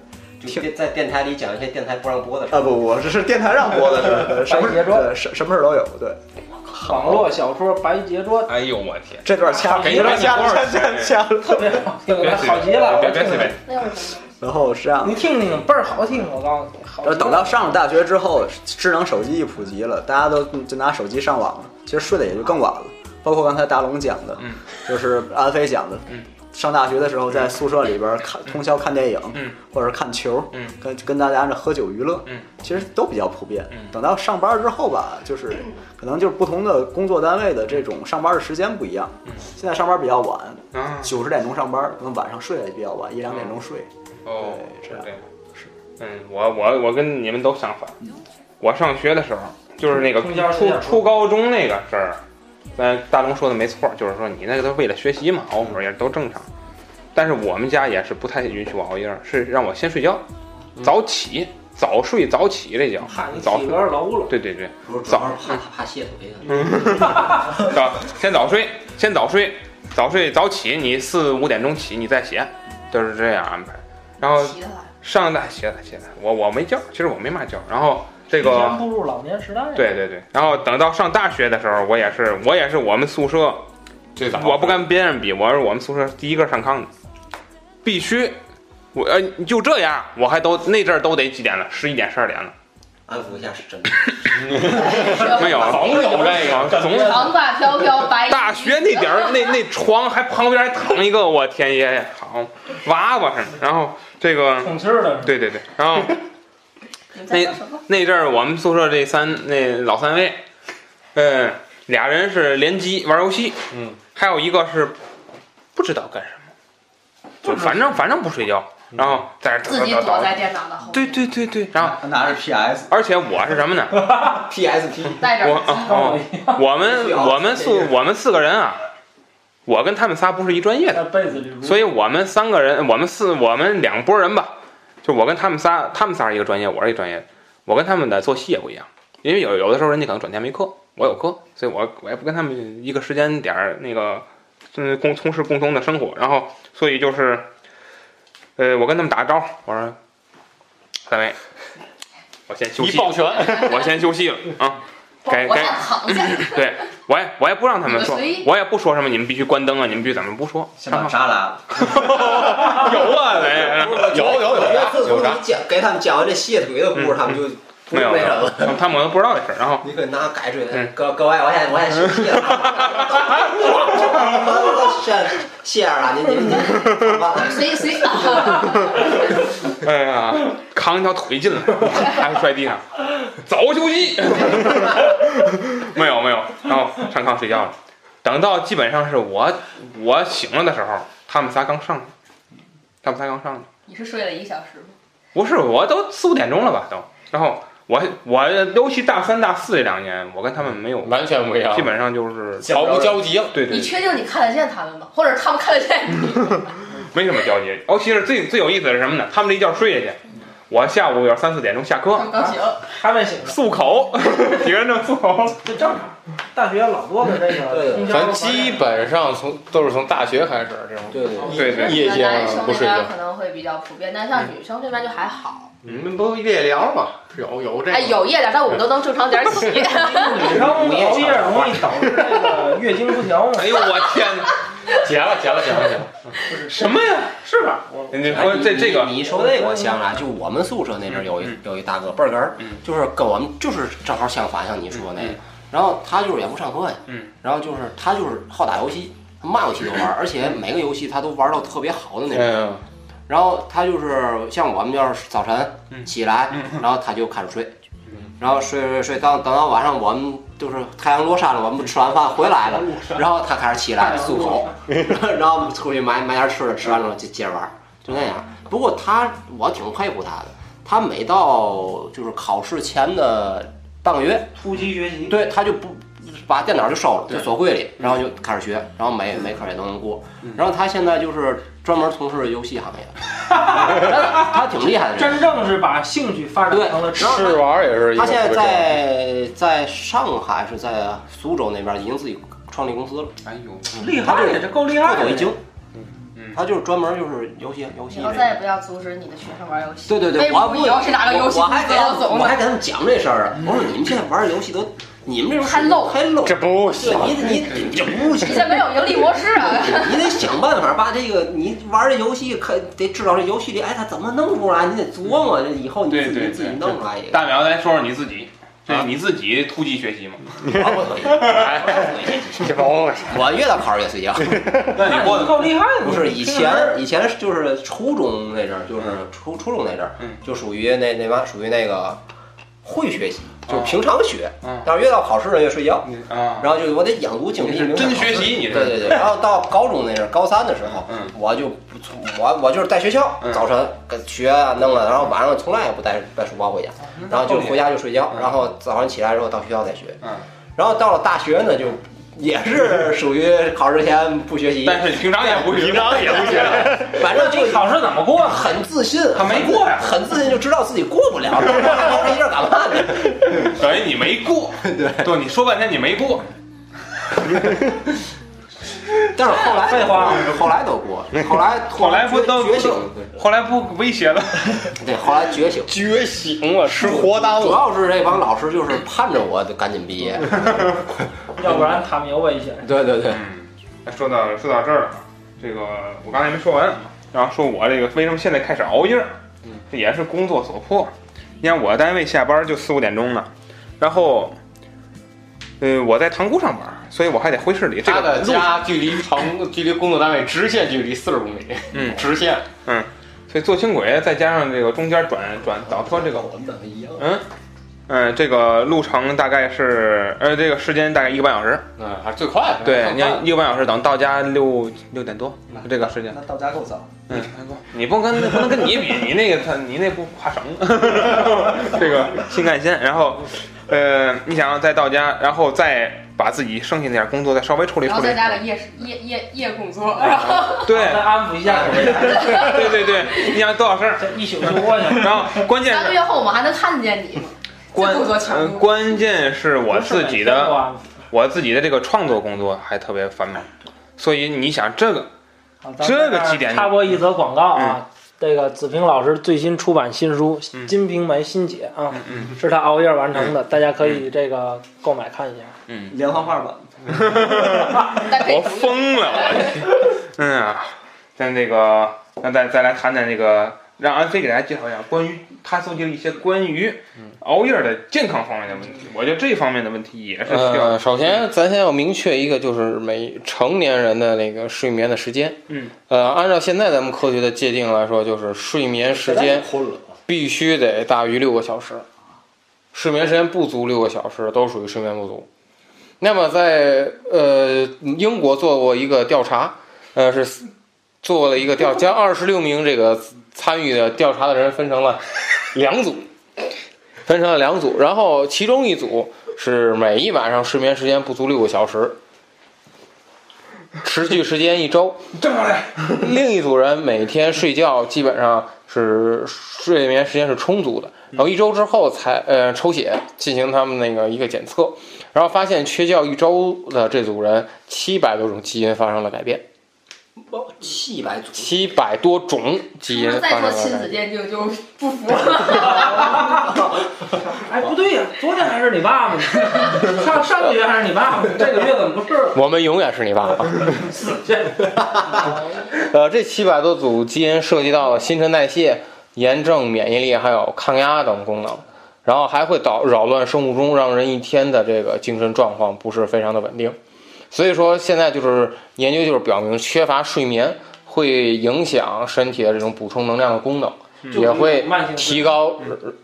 [SPEAKER 3] 就电在电台里讲一些电台不让播的事
[SPEAKER 6] 啊，不，我这是电台让播的 是，对什么
[SPEAKER 10] 白夜装
[SPEAKER 6] 对什什么事儿都有，对
[SPEAKER 10] 网络小说《白杰桌》
[SPEAKER 1] 哎呦我天，
[SPEAKER 6] 这段掐，
[SPEAKER 10] 啊
[SPEAKER 1] 给你
[SPEAKER 6] 这段掐
[SPEAKER 1] 给你
[SPEAKER 6] 掐掐掐
[SPEAKER 10] 特别好听，
[SPEAKER 1] 别
[SPEAKER 10] 好极了，
[SPEAKER 1] 别别随便，
[SPEAKER 7] 那会儿什么
[SPEAKER 6] 然后是这样
[SPEAKER 10] 你。听听，倍儿好听，我告诉你，好极了。
[SPEAKER 6] 然后等到上了大学之后，智能手机一普及了，大家都就拿手机上网了，其实睡得也就更晚了。包括刚才大龙讲的，
[SPEAKER 1] 嗯
[SPEAKER 6] 就是安飞讲的，
[SPEAKER 1] 嗯
[SPEAKER 6] 上大学的时候在宿舍里边儿看、通宵看电影，
[SPEAKER 1] 嗯
[SPEAKER 6] 或者是看球，
[SPEAKER 1] 嗯
[SPEAKER 6] 跟跟大家这喝酒娱乐，
[SPEAKER 1] 嗯
[SPEAKER 6] 其实都比较普遍。
[SPEAKER 1] 嗯
[SPEAKER 6] 等到上班之后吧，就是可能就是不同的工作单位的这种上班的时间不一样。现在上班比较晚，
[SPEAKER 1] 嗯啊
[SPEAKER 6] 九十点钟上班，可能晚上睡得也比较晚，一两点钟睡。
[SPEAKER 1] 哦，
[SPEAKER 6] 对
[SPEAKER 1] 是
[SPEAKER 6] 是
[SPEAKER 1] 这样，是，嗯，我我我跟你们都相反，我上学的时候就是那个
[SPEAKER 10] 中间儿有
[SPEAKER 1] 初
[SPEAKER 10] 点儿
[SPEAKER 1] 初高中那个事儿，咱大龙说的没错，就是说你那个都为了学习嘛，熬会儿也都正常，但是我们家也是不太允许我熬夜儿，是让我先睡觉，早起早睡早起这叫
[SPEAKER 10] 看你
[SPEAKER 1] 早
[SPEAKER 10] 体
[SPEAKER 1] 睡
[SPEAKER 10] 格，楼了，
[SPEAKER 1] 对对对，
[SPEAKER 3] 不是主
[SPEAKER 1] 早
[SPEAKER 3] 要是怕怕泄腿 的。
[SPEAKER 1] 早啊先早睡，先早睡，早睡早起，你四五点钟起，你再写，就是这样安排。然后
[SPEAKER 7] 急的了，
[SPEAKER 1] 上大写的写的，我我没教，其实我没嘛教。然后这
[SPEAKER 10] 提前
[SPEAKER 1] 个
[SPEAKER 10] 步入老年时代。，啊
[SPEAKER 1] 对对对，然后等到上大学的时候，我也是我也是我们宿舍，
[SPEAKER 9] 最早
[SPEAKER 1] 我不跟别人比，我是我们宿舍第一个上炕的，必须我呃就这样，我还都那阵儿都得几点了，十一点十二 点了，
[SPEAKER 3] 安抚一下是真的。
[SPEAKER 1] 没
[SPEAKER 9] 啊
[SPEAKER 1] 有总有这个总
[SPEAKER 7] 长发飘飘，白衣
[SPEAKER 1] 大学那点儿，那那床还旁边还躺一个，我天爷呀，好娃娃似的。然后这个，
[SPEAKER 10] 捅气儿了。
[SPEAKER 1] 对对对，然后
[SPEAKER 7] 你们在
[SPEAKER 1] 那
[SPEAKER 7] 说什么？
[SPEAKER 1] 那阵儿我们宿舍这三那老三位，嗯、俩人是联机玩游戏，
[SPEAKER 9] 嗯，
[SPEAKER 1] 还有一个是不知道干什么，就反正反正不睡觉，然后在这儿
[SPEAKER 7] 自己
[SPEAKER 1] 叨叨
[SPEAKER 7] 躲
[SPEAKER 1] 叨
[SPEAKER 7] 在电脑的后面，
[SPEAKER 1] 对对对对，然后
[SPEAKER 6] 他拿着 PS
[SPEAKER 1] 而且我是什么呢？
[SPEAKER 6] PSP，
[SPEAKER 7] 戴着
[SPEAKER 1] 我啊哦，我 们我们四我们四个人啊，我跟他们仨不是一专业的。
[SPEAKER 10] 在被子里，
[SPEAKER 1] 所以我们三个人，我们四，我们两拨人吧，就我跟他们仨，他们仨是一个专业，我是一个专业，我跟他们的作息也不一样，因为有有的时候人家可能转天没课，我有课，所以我我也不跟他们一个时间点儿那个，嗯，共从事共同的生活，然后所以就是，呃，我跟他们打个招呼，我说，三位，我先休
[SPEAKER 9] 一
[SPEAKER 1] 息，
[SPEAKER 9] 抱拳，
[SPEAKER 1] 我先休息了 啊，该
[SPEAKER 7] 我
[SPEAKER 1] 该
[SPEAKER 7] 想躺下，
[SPEAKER 1] 对我也我也不让他们说
[SPEAKER 7] 你们随意，
[SPEAKER 1] 我也不说什么，你们必须关灯啊，你们必须怎么不说，
[SPEAKER 3] 先把渣拉了，
[SPEAKER 1] 有啊，没有有有
[SPEAKER 3] 每次
[SPEAKER 1] 有啥
[SPEAKER 3] 你讲给他们讲完这泄腿的故事，他们就不
[SPEAKER 1] 没有
[SPEAKER 3] 那
[SPEAKER 1] 没
[SPEAKER 3] 什
[SPEAKER 1] 有
[SPEAKER 3] 么。，
[SPEAKER 1] 他们他们都不知道这事儿。然后
[SPEAKER 3] 你可拿改锥
[SPEAKER 1] 嗯，
[SPEAKER 3] 各各位，我现在我现在休息了，我 现在歇着了，您您您，好吧
[SPEAKER 7] 谁谁 躺？
[SPEAKER 1] 哎呀，扛一条腿进来，还摔地上，早休息。没有没有，然后上炕睡觉了。等到基本上是我我醒了的时候，他们仨刚上去，他们仨刚上去。
[SPEAKER 7] 你是睡了一个小时吗？
[SPEAKER 1] 不是，我都四五点钟了吧都。然后我我尤其大三大四这两年，我跟他们没有，
[SPEAKER 9] 完全不一样
[SPEAKER 1] 基，本上就是
[SPEAKER 9] 毫不交集了。
[SPEAKER 1] 对对
[SPEAKER 7] 你确定你看得见他们吗？或者他们看得见你？
[SPEAKER 1] 没什么交集。尤其是最最有意思的是什么呢？他们这一觉睡下去，我下午要三四点钟下
[SPEAKER 7] 他
[SPEAKER 1] 课，
[SPEAKER 7] 们刚哦醒，
[SPEAKER 10] 他们醒了，
[SPEAKER 1] 漱口， 几个人正漱口。
[SPEAKER 10] 这正常。大学老多的这
[SPEAKER 3] 对
[SPEAKER 10] 个
[SPEAKER 3] 对
[SPEAKER 10] 通宵玩
[SPEAKER 9] 咱
[SPEAKER 10] 儿，
[SPEAKER 9] 基本上从都是从大学开始这种
[SPEAKER 3] 对对，
[SPEAKER 1] 对对，啊
[SPEAKER 9] 夜
[SPEAKER 7] 男生
[SPEAKER 9] 间
[SPEAKER 7] 哦
[SPEAKER 9] 不
[SPEAKER 7] 那
[SPEAKER 9] 睡
[SPEAKER 7] 边
[SPEAKER 9] 觉，
[SPEAKER 7] 可能会比较普遍，但像女生这边就还好。
[SPEAKER 9] 你们不夜聊吗？有有这个？
[SPEAKER 8] 哎，有夜点，但我们都能正常点起。
[SPEAKER 10] 你知道熬夜容易导致这个月经不调吗？
[SPEAKER 9] 哎呦我 天！结了结了结了结了！
[SPEAKER 1] 什么呀？
[SPEAKER 10] 是吧？
[SPEAKER 1] 你说这这个嗯
[SPEAKER 3] 你一说那个，我想起来，就我们宿舍那边有一有一大哥倍儿哏儿，就是跟我们就是正好相反，像你说那个。然后他就是也不上课呀，
[SPEAKER 1] 嗯，
[SPEAKER 3] 然后就是他就是好打游戏，他嘛游戏都玩 儿，而且每个游戏他都玩到特别好的那
[SPEAKER 1] 哎
[SPEAKER 3] 种。
[SPEAKER 9] 嗯，
[SPEAKER 3] 然后他就是像我们要是早晨
[SPEAKER 1] 嗯
[SPEAKER 3] 起来，然后他就开始睡，然后睡睡睡到等到晚上我们就是太阳落山了，我们吃完饭回来了，然后他开始起来漱口，然后出去买买点吃的，吃完了接接着玩，就那样。不过他我挺佩服他的，他每到就是考试前的半个月，
[SPEAKER 10] 突击学习，
[SPEAKER 3] 对他就不把电脑就收了，就锁柜里，然后就开始学，然后
[SPEAKER 10] 嗯
[SPEAKER 3] 每每科也都能过。然后他现在就是专门从事游戏行业，
[SPEAKER 10] 啊
[SPEAKER 3] 他他挺厉害的人。
[SPEAKER 10] 真正是把兴趣发展成了职业。
[SPEAKER 9] 试玩也是一个
[SPEAKER 3] 他
[SPEAKER 9] 特
[SPEAKER 3] 现在
[SPEAKER 9] 别重要的。
[SPEAKER 10] 啊
[SPEAKER 3] 在在上海是在苏州那边已经自己创立公司了，嗯
[SPEAKER 1] 哎呦，
[SPEAKER 10] 厉害呀，这够厉害
[SPEAKER 3] 贵
[SPEAKER 10] 的
[SPEAKER 3] 抖一。经
[SPEAKER 1] 嗯。
[SPEAKER 3] 他就是专门就是游戏游戏
[SPEAKER 7] 以
[SPEAKER 3] 这
[SPEAKER 7] 后
[SPEAKER 3] 个。
[SPEAKER 7] 再也不要阻止你的学生玩游戏。
[SPEAKER 3] 对对对，
[SPEAKER 7] 微
[SPEAKER 3] 我还
[SPEAKER 7] 博以后
[SPEAKER 3] 问
[SPEAKER 7] 哎是哪个游戏
[SPEAKER 3] 我
[SPEAKER 7] 公
[SPEAKER 3] 我还
[SPEAKER 7] 司
[SPEAKER 3] 给他
[SPEAKER 7] 老总
[SPEAKER 3] 们
[SPEAKER 7] 的？
[SPEAKER 3] 我还给他们讲这事儿啊，我说你们现在玩游戏都，你们这种
[SPEAKER 7] 太 low
[SPEAKER 3] 太 low，
[SPEAKER 9] 这不行
[SPEAKER 3] 对，你得你得你这不行
[SPEAKER 7] 你。这没有盈利模式啊！
[SPEAKER 3] 你得想办法把这个你玩这游戏，看得知道这游戏里，哎，它怎么弄出来？你得琢磨，这以后你
[SPEAKER 1] 对
[SPEAKER 3] 自
[SPEAKER 1] 对
[SPEAKER 3] 己自己
[SPEAKER 1] 对
[SPEAKER 3] 弄 出来一个。
[SPEAKER 1] 大苗，咱说说你自己，这
[SPEAKER 9] 啊
[SPEAKER 1] 你自己突击学习吗？
[SPEAKER 3] 啊我不同意
[SPEAKER 9] 这不
[SPEAKER 3] 我越到考试越啊睡觉。
[SPEAKER 1] 那你过
[SPEAKER 10] 你
[SPEAKER 1] 得
[SPEAKER 10] 够厉害的，
[SPEAKER 3] 不是
[SPEAKER 10] 你
[SPEAKER 3] 以前，以前就是初中那阵儿，就是初初中那阵儿
[SPEAKER 1] 嗯，
[SPEAKER 3] 就属于那那嘛，属于那个会学习，就
[SPEAKER 1] 哦
[SPEAKER 3] 是平常学
[SPEAKER 1] 嗯，
[SPEAKER 3] 但是越到考试呢越睡觉。
[SPEAKER 1] 啊？
[SPEAKER 3] 然后就我得养足精
[SPEAKER 1] 你
[SPEAKER 3] 力，
[SPEAKER 1] 是
[SPEAKER 3] 明天
[SPEAKER 1] 真
[SPEAKER 3] 考试
[SPEAKER 1] 学习，你是
[SPEAKER 3] 对对对，然后到高中那阵儿，高三的时候，
[SPEAKER 1] 嗯
[SPEAKER 3] 我就不从我我就是在学校
[SPEAKER 1] 嗯
[SPEAKER 3] 早晨跟学啊弄了，然后晚上从来也不带带书包回家，
[SPEAKER 1] 哦
[SPEAKER 3] 然后就回家就睡觉，
[SPEAKER 1] 嗯
[SPEAKER 3] 然后早上起来之后到学校再学，
[SPEAKER 1] 嗯
[SPEAKER 3] 然后到了大学呢就也是属于考试前不学习，
[SPEAKER 1] 但是你平常也不平常也不学，
[SPEAKER 3] 反正就
[SPEAKER 10] 考试怎么过？
[SPEAKER 3] 很自信，
[SPEAKER 1] 他没
[SPEAKER 3] 很自
[SPEAKER 1] 过呀
[SPEAKER 3] 很自信就知道自己过不了， 然后啊这一阵儿干嘛呢？
[SPEAKER 1] 等于你没 过。对，对，你说半天你没过，
[SPEAKER 3] 但是后来
[SPEAKER 10] 废话
[SPEAKER 3] 后来都过，后来
[SPEAKER 1] 后来不都
[SPEAKER 3] 觉醒，
[SPEAKER 1] 后来不威胁了？
[SPEAKER 3] 对对，后来觉醒。
[SPEAKER 9] 觉醒了，吃活耽
[SPEAKER 3] 主
[SPEAKER 9] 误。
[SPEAKER 3] 要是这帮老师就是盼着我赶紧毕业。
[SPEAKER 10] 要不然他们有危险。
[SPEAKER 3] 对对对，
[SPEAKER 1] 嗯，那说到说到这儿了，这个我刚才没说完，然后说我这个为什么现在开始熬夜儿，
[SPEAKER 3] 嗯
[SPEAKER 1] 这也是工作所迫。你看我单位下班就四五点钟了，然后，呃，我在塘沽上班，所以我还得回市里。这
[SPEAKER 9] 他
[SPEAKER 1] 个
[SPEAKER 9] 的
[SPEAKER 1] 路，
[SPEAKER 9] 家距离长，距离工作单位直线距离四十公里，
[SPEAKER 1] 嗯，
[SPEAKER 9] 直线。
[SPEAKER 1] 所以坐轻轨再加上这个中间转转倒车这个
[SPEAKER 3] 我们怎么一样？
[SPEAKER 1] 嗯，嗯，这个路程大概是，呃，这个时间大概一个半小时。
[SPEAKER 9] 嗯，还是最快的。
[SPEAKER 1] 对，你看一个半小时，等到家六六点多这个时间。
[SPEAKER 6] 那到家够早。
[SPEAKER 1] 嗯，你不跟不能跟你比，你那个他你那不跨省， 这个新干线。然后，呃，你想要再到家，然后再把自己剩下那点工作再稍微处理
[SPEAKER 7] 然
[SPEAKER 1] 处
[SPEAKER 7] 后
[SPEAKER 1] 理
[SPEAKER 7] 再。加个夜夜夜夜工作，然后
[SPEAKER 1] 对
[SPEAKER 10] 再安抚一下你，
[SPEAKER 1] 对对对，你想多少事儿？
[SPEAKER 10] 这一宿就过去了。
[SPEAKER 1] 然后关键
[SPEAKER 7] 三个
[SPEAKER 1] 是
[SPEAKER 7] 月后我们还能看见你。
[SPEAKER 1] 关
[SPEAKER 7] 工作强
[SPEAKER 1] 呃
[SPEAKER 7] 度
[SPEAKER 1] 关键是我自己的。
[SPEAKER 10] 的，
[SPEAKER 1] 我自己的这个创作工作还特别繁忙，所以你想这个，这个几点
[SPEAKER 10] 插播一则广告啊。这个子平老师最新出版新书
[SPEAKER 1] 嗯
[SPEAKER 10] 《金瓶梅新解》啊，
[SPEAKER 1] 嗯嗯
[SPEAKER 10] 是他熬夜完成的，大家可以这个购买看一下。
[SPEAKER 1] 嗯，
[SPEAKER 6] 连环画吧，
[SPEAKER 7] 但可以
[SPEAKER 1] 我
[SPEAKER 7] 同意
[SPEAKER 1] 疯了， 我，嗯啊，但那个，那再再来谈谈这个，让安飞给大家介绍一下关于他搜集了一些关于熬夜的健康方面的问题，我觉得这方面的问题也是需要
[SPEAKER 9] 呃，，首先咱先要明确一个，就是每成年人的那个睡眠的时间。
[SPEAKER 1] 嗯，
[SPEAKER 9] 呃，按照现在咱们科学的界定来说，就是睡眠时间
[SPEAKER 6] 困了。
[SPEAKER 9] 必须得大于六个小时，睡眠时间不足六个小时都属于睡眠不足。那么在呃英国做过一个调查，呃是做了一个调，将二十六名这个参与的调查的人分成了两组，分成了两组，然后其中一组是每一晚上睡眠时间不足六个小时，持续时间一周。
[SPEAKER 1] 正过来，
[SPEAKER 9] 另一组人每天睡觉基本上是睡眠时间是充足的，然后一周之后才呃抽血进行他们那个一个检测，然后发现缺觉一周的这组人，七百多种基因发生了改变。
[SPEAKER 3] 七百种，
[SPEAKER 9] 七百多种基因
[SPEAKER 7] 再
[SPEAKER 9] 发
[SPEAKER 7] 说
[SPEAKER 9] 生
[SPEAKER 7] 亲
[SPEAKER 9] 了
[SPEAKER 7] 子鉴定就不服 了。
[SPEAKER 10] 哎，不对呀、昨天还是你爸 爸呢，上上个月还是你爸爸呢，这个月怎么不是了？
[SPEAKER 9] 我们永远是你爸爸。呃，这七百多组基因涉及到了新陈代谢、炎症、免疫力，还有抗压等功能，然后还会导扰乱生物钟，让人一天的这个精神状况不是非常的稳定。所以说，现在就是研究就是表明，缺乏睡眠会影响身体的这种补充能量的功能，
[SPEAKER 1] 嗯
[SPEAKER 9] 也会
[SPEAKER 10] 慢性
[SPEAKER 9] 提高、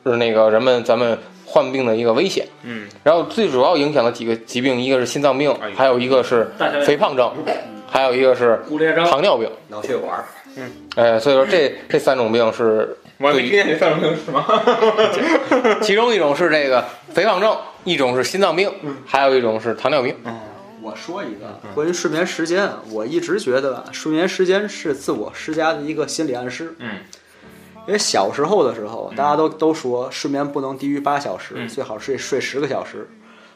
[SPEAKER 9] 呃那个人们咱们患病的一个危险。
[SPEAKER 1] 嗯，
[SPEAKER 9] 然后最主要影响的几个疾病，一个是心脏病，还有一个是
[SPEAKER 10] 哎大小眼
[SPEAKER 9] 肥胖症，还有一个是
[SPEAKER 10] 骨裂症、嗯
[SPEAKER 9] 糖尿病。
[SPEAKER 3] 嗯脑血管，
[SPEAKER 9] 哎，所以说这这三种病是
[SPEAKER 1] 我没听见这三种病是吗？
[SPEAKER 9] 其中一种是这个肥胖症，一种是心脏病，
[SPEAKER 1] 嗯
[SPEAKER 9] 还有一种是糖尿病。
[SPEAKER 6] 我说一个关于睡眠时间，我一直觉得吧，睡眠时间是自我施加的一个心理暗示。
[SPEAKER 1] 嗯，
[SPEAKER 6] 因为小时候的时
[SPEAKER 10] 嗯
[SPEAKER 6] 候，大家都都说睡眠不能低于八小时，
[SPEAKER 1] 嗯
[SPEAKER 6] 最好睡睡十个小时。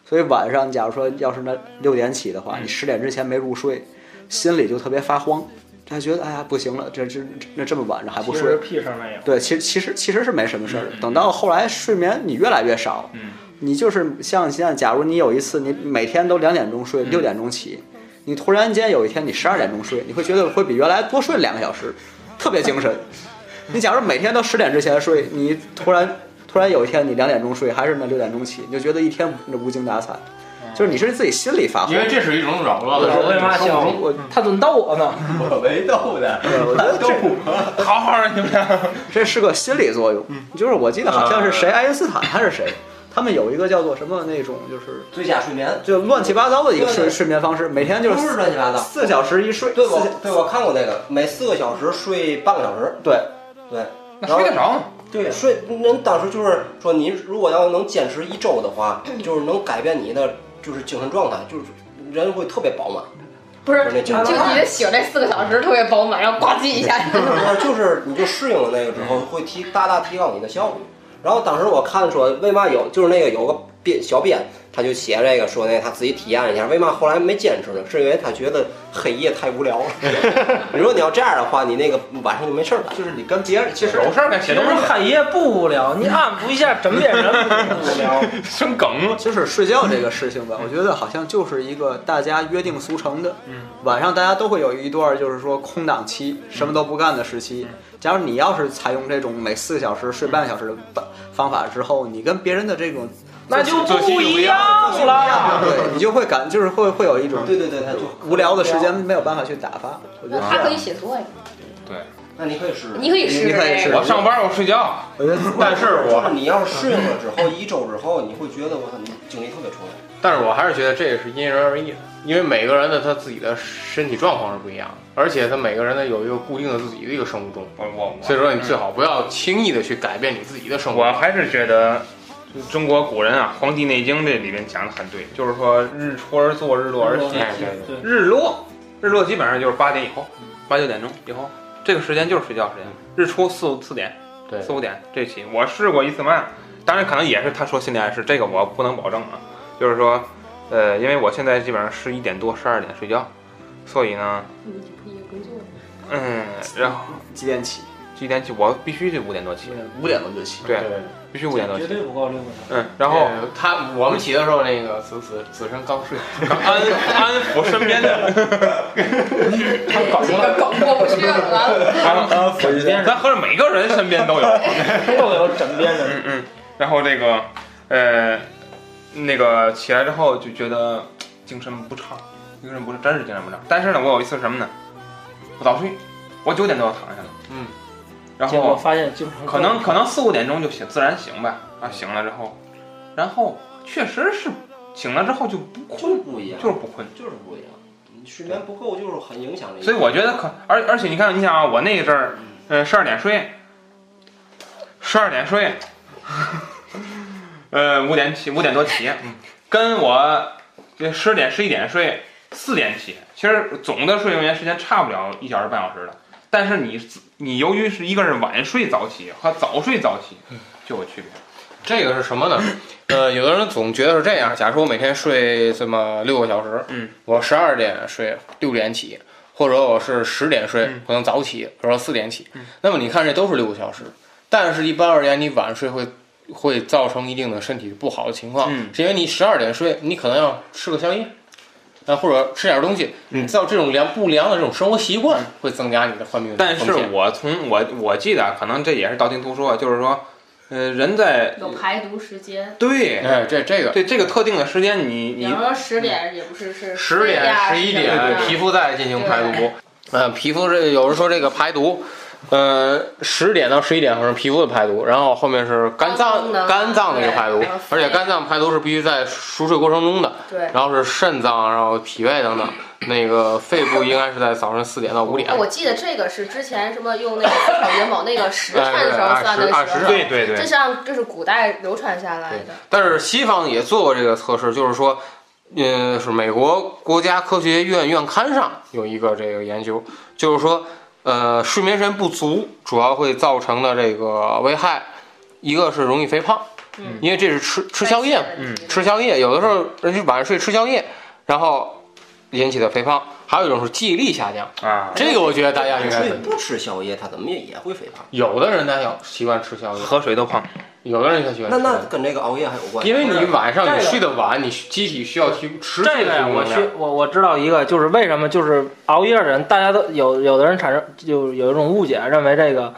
[SPEAKER 6] 所以晚上，假如说要是那六点起的话，
[SPEAKER 10] 嗯
[SPEAKER 6] 你十点之前没入睡，心里就特别发慌，他觉得哎呀不行了，这这这那这么晚了还不
[SPEAKER 10] 其
[SPEAKER 6] 睡
[SPEAKER 10] 实，嗯屁事儿没有。
[SPEAKER 6] 对，其实其实其实是没什么事儿的。等到后来睡眠你越来越少，
[SPEAKER 1] 嗯
[SPEAKER 6] 你就是像现在，假如你有一次你每天都两点钟睡，六点钟起，你突然间有一天你十二点钟睡，你会觉得会比原来多睡两个小时，特别精神。你假如每天都十点之前睡，你突然突然有一天你两点钟睡，还是那六点钟起，你就觉得一天无精打采，就是你是自己心里发慌
[SPEAKER 1] 因。为这是一种扰乱
[SPEAKER 10] 我
[SPEAKER 1] 的。
[SPEAKER 10] 说为嘛笑？
[SPEAKER 6] 我
[SPEAKER 10] 他准逗我呢。
[SPEAKER 3] 我没逗的，
[SPEAKER 6] 我觉得这
[SPEAKER 1] 好好的，你们俩。嗯
[SPEAKER 6] 这是个心理作用。就是我记得好像是谁，爱因斯坦还是谁，他们有一个叫做什么那种，就是
[SPEAKER 3] 最佳睡眠，
[SPEAKER 6] 就乱七八糟的一个
[SPEAKER 3] 对
[SPEAKER 6] 睡
[SPEAKER 3] 对
[SPEAKER 6] 睡眠方式，每天就是
[SPEAKER 3] 都是
[SPEAKER 6] 四
[SPEAKER 3] 乱七八糟。
[SPEAKER 6] 四小时一睡，
[SPEAKER 3] 对
[SPEAKER 6] 四
[SPEAKER 3] 我对我看过那个，每四个小时睡半个小时，
[SPEAKER 6] 对，
[SPEAKER 3] 对，
[SPEAKER 1] 那
[SPEAKER 3] 然后
[SPEAKER 1] 睡得着吗？
[SPEAKER 3] 对睡，人当时就是说，您如果要能坚持一周的话，就是能改变你的就是精神状态，就是人会特别饱满。
[SPEAKER 7] 不是，
[SPEAKER 3] 那
[SPEAKER 7] 就
[SPEAKER 3] 叫
[SPEAKER 7] 觉得醒这四个小时特别饱满，然后呱唧一 下。
[SPEAKER 3] 就是就是你就适应了那个之后，会提大大提高你的效率。然后当时我看说，为嘛有就是那个有个编小编，他就写这个说那他自己体验一下，为嘛后来没坚持呢？是因为他觉得黑夜太无 聊了。你说你要这样的话，你那个晚上就没事儿干。
[SPEAKER 6] 就是你跟别人其实
[SPEAKER 1] 有事儿干，
[SPEAKER 10] 其
[SPEAKER 1] 写
[SPEAKER 10] 实
[SPEAKER 1] 东西
[SPEAKER 10] 黑夜不无聊，你安抚一下枕边人不无聊。
[SPEAKER 1] 生梗了。
[SPEAKER 6] 就是睡觉这个事情吧，我觉得好像就是一个大家约定俗成的，
[SPEAKER 5] 嗯
[SPEAKER 6] 晚上大家都会有一段就是说空档期，什么都不干的时期。假如你要是采用这种每四个小时睡半个小时的办方法之后，你跟别人的这种
[SPEAKER 10] 那就不一样了。
[SPEAKER 6] 对你就会感就是会会有一种
[SPEAKER 3] 对对对，他就
[SPEAKER 6] 无聊的时间没有办法去打发，我觉得
[SPEAKER 7] 他可以
[SPEAKER 6] 是
[SPEAKER 7] 写作呀，
[SPEAKER 3] 那你可以试。
[SPEAKER 7] 你可以试
[SPEAKER 6] 你可以试
[SPEAKER 1] 我 上班我睡觉，
[SPEAKER 6] 我 觉得
[SPEAKER 1] 但是
[SPEAKER 3] 就
[SPEAKER 1] 我
[SPEAKER 3] 是你要是适应了之后，一周之后，你会觉得我操，你精力特别充沛。
[SPEAKER 9] 但是我还是觉得这也是因人而异的，因为每个人的他自己的身体状况是不一样的，而且他每个人呢有一个固定的自己的一个生物钟，
[SPEAKER 1] 我我
[SPEAKER 9] 所以
[SPEAKER 1] 我，
[SPEAKER 9] 说你最好不要轻易的去改变你自己的生活。
[SPEAKER 1] 我啊还是觉得。就中国古人啊，《黄帝内经》这里面讲的很对，就是说日出而作，日落而息，
[SPEAKER 9] 哎对对
[SPEAKER 1] 日落，日落基本上就是八点以后，
[SPEAKER 6] 嗯
[SPEAKER 1] 八九点钟以后，这个时间就是睡觉时间。日出四五四点，
[SPEAKER 9] 对
[SPEAKER 1] 四五点这起，我试过一次半，当然可能也是他说心理暗示，这个我不能保证啊。就是说，呃，因为我现在基本上十一点多、十二点睡觉，所以呢，
[SPEAKER 7] 你不也工作？
[SPEAKER 1] 嗯，然后
[SPEAKER 6] 几点起？
[SPEAKER 1] 几点起？我必须得五点多起，
[SPEAKER 6] 五点多就起。
[SPEAKER 1] 对，必须五点多
[SPEAKER 10] 绝
[SPEAKER 1] 起。
[SPEAKER 10] 对不够六个
[SPEAKER 1] 嗯，然后
[SPEAKER 9] 呃他我们起的时候，那个此此此生刚睡，
[SPEAKER 1] 安安抚身边 的，
[SPEAKER 7] 这个梗过不去了。
[SPEAKER 1] 咱合着每个人身边都有。
[SPEAKER 10] 小时，都有枕边人。
[SPEAKER 1] 然后这个，呃，那个起来之后就觉得嘖精神不畅，精神不畅，真是精神不畅。但是呢，我有一次什么呢？我早睡，我九点多就躺下了，
[SPEAKER 9] 嗯，
[SPEAKER 1] 然
[SPEAKER 10] 结果
[SPEAKER 1] 后
[SPEAKER 10] 发现经常
[SPEAKER 1] 可能可能四五点钟就醒，自然醒吧，啊，醒了之后，然后确实是醒了之后就不
[SPEAKER 3] 就是
[SPEAKER 1] 困，
[SPEAKER 3] 不一样，
[SPEAKER 1] 就是不困。
[SPEAKER 3] 就是不一样。你睡眠不够就是很影响这个。
[SPEAKER 1] 所以我觉得可，而而且你看，你想啊，我那一阵儿，呃，十二点睡，十二点睡，呃，五点起，五点多起，嗯，跟我这十点十一点睡，四点起，其实总的睡眠时间差不了一小时半小时的。但是你你由于是一个是晚睡早起和早睡早起就有区别。
[SPEAKER 9] 这个是什么呢？呃，有的人总觉得是这样，假如说我每天睡这么六个小时，
[SPEAKER 1] 嗯，
[SPEAKER 9] 我十二点睡，六点起，或者我是十点睡，可能早起，比如说四点起，那么你看这都是六个小时，但是一般而言，你晚睡会会造成一定的身体不好的情况，是因为你十二点睡，你可能要吃个宵夜。啊，或者吃点东西，你造这种良不良的这种生活习惯，会增加你的患病的
[SPEAKER 1] 但
[SPEAKER 9] 风
[SPEAKER 1] 是
[SPEAKER 9] 险
[SPEAKER 1] 我从我我记得，啊可能这也是道听途说，啊就是说，呃，人在
[SPEAKER 11] 有排毒时间。
[SPEAKER 1] 对，
[SPEAKER 9] 哎，这这个
[SPEAKER 1] 对这个特定的时间你，
[SPEAKER 11] 比
[SPEAKER 1] 你
[SPEAKER 11] 方说十点也不是是
[SPEAKER 9] 十点、十一点，皮肤在进行排毒。呃，皮肤这有人说这个排毒，呃，十点到十一点可能是皮肤的排毒，然后后面是肝脏肝脏的一个排毒
[SPEAKER 11] 对然后，
[SPEAKER 9] 而且肝脏排毒是必须在熟睡过程中的。
[SPEAKER 11] 对
[SPEAKER 9] 然后是肾脏，然后脾胃等等。那个肺部应该是在早上四点到五点
[SPEAKER 11] 哎，。我记得这个是之前什么用那个思考元宝那个时辰的时候算的时
[SPEAKER 9] 哎对
[SPEAKER 11] 候，
[SPEAKER 9] 对对对对
[SPEAKER 11] 这是按这是古代流传下来的。
[SPEAKER 9] 但是西方也做过这个测试，就是说，呃，是美国国家科学院院刊上有一个这个研究，就是说，呃，睡眠时间不足主要会造成的这个危害，一个是容易肥胖，
[SPEAKER 1] 嗯
[SPEAKER 9] 因为这是吃吃宵夜嘛，
[SPEAKER 1] 嗯
[SPEAKER 9] 吃宵夜，有的时候人家晚上睡吃宵夜，然后引起的肥胖，还有一种是记忆力下降
[SPEAKER 1] 啊嗯
[SPEAKER 9] 这个我觉得大家应该
[SPEAKER 3] 睡不吃宵夜，他怎么也也会肥胖。
[SPEAKER 9] 有的人他要习惯吃宵夜，
[SPEAKER 1] 喝水都胖，
[SPEAKER 9] 有的人他喜欢吃
[SPEAKER 3] 那
[SPEAKER 9] 宵夜。
[SPEAKER 3] 那跟这个熬夜还有关系？
[SPEAKER 9] 因为你晚上你
[SPEAKER 3] 这个
[SPEAKER 9] 睡得晚，你机体需要提持续
[SPEAKER 10] 这个
[SPEAKER 9] 的提
[SPEAKER 10] 呀
[SPEAKER 9] 供
[SPEAKER 10] 我
[SPEAKER 9] 能量
[SPEAKER 10] 去，我我知道一个，就是为什么就是熬夜的人，大家都有有的人产生就有一种误解，认为这个，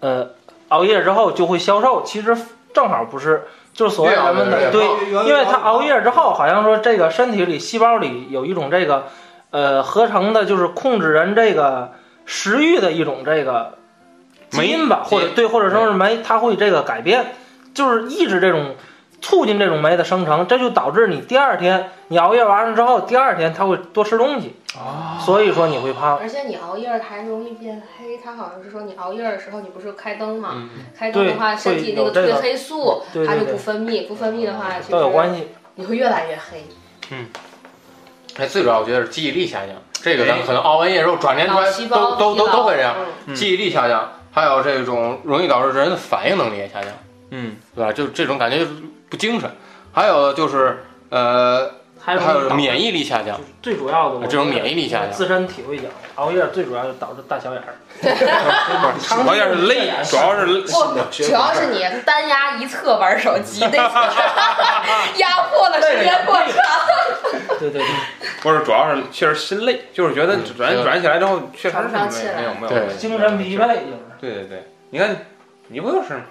[SPEAKER 10] 呃，熬夜之后就会消瘦，其实正好不是，就是所谓人们
[SPEAKER 9] 越
[SPEAKER 10] 的
[SPEAKER 9] 熬
[SPEAKER 10] 对
[SPEAKER 9] 越越，
[SPEAKER 10] 因为他熬夜之后，好像说这个身体里细胞里有一种这个，呃，合成的就是控制人这个食欲的一种这个基因吧，或者对，或者说是酶，它会这个改变，就是抑制这种促进这种酶的生成，这就导致你第二天你熬夜完了之后，第二天它会多吃东西，所以说你会胖。
[SPEAKER 11] 而且你熬夜还容易变黑，它好像是说你熬夜的时候，你不是开灯嘛？
[SPEAKER 9] 嗯
[SPEAKER 11] 开灯的话，
[SPEAKER 10] 对
[SPEAKER 11] 身体那
[SPEAKER 10] 会有这
[SPEAKER 11] 褪
[SPEAKER 10] 个
[SPEAKER 11] 黑素
[SPEAKER 10] 对对
[SPEAKER 11] 它就
[SPEAKER 10] 对
[SPEAKER 11] 不分泌，不分泌的话
[SPEAKER 9] 都有关系。
[SPEAKER 11] 你会越来越黑。
[SPEAKER 9] 哎，最主要我觉得是记忆力下降，这个咱
[SPEAKER 1] 哎
[SPEAKER 9] 们可能熬完夜之后转年出来
[SPEAKER 11] 脑细胞
[SPEAKER 9] 都都
[SPEAKER 11] 疲
[SPEAKER 9] 都
[SPEAKER 11] 劳
[SPEAKER 9] 都会这样，
[SPEAKER 1] 嗯
[SPEAKER 9] 记忆力下降，还有这种容易导致人的反应能力也下降，
[SPEAKER 1] 嗯，
[SPEAKER 9] 对吧？就这种感觉就是不精神，还有就是呃，
[SPEAKER 10] 还有
[SPEAKER 9] 有免疫力下降，
[SPEAKER 10] 最主
[SPEAKER 1] 哎
[SPEAKER 10] 要的，我
[SPEAKER 9] 这种免疫力下降
[SPEAKER 10] 自身体会讲，熬夜最主要就导致大小眼儿。
[SPEAKER 1] 主要是累，主要是累
[SPEAKER 11] 不，主要是你单压一侧玩手机，那压迫了时间过长，
[SPEAKER 10] 对对对，
[SPEAKER 1] 不是，主要是确实心累，就是觉得转转起来之后确实是
[SPEAKER 11] 喘不上气来
[SPEAKER 1] 没有没有没有
[SPEAKER 9] 对
[SPEAKER 10] 精神疲惫就是。
[SPEAKER 1] 对对对，你看你不就是吗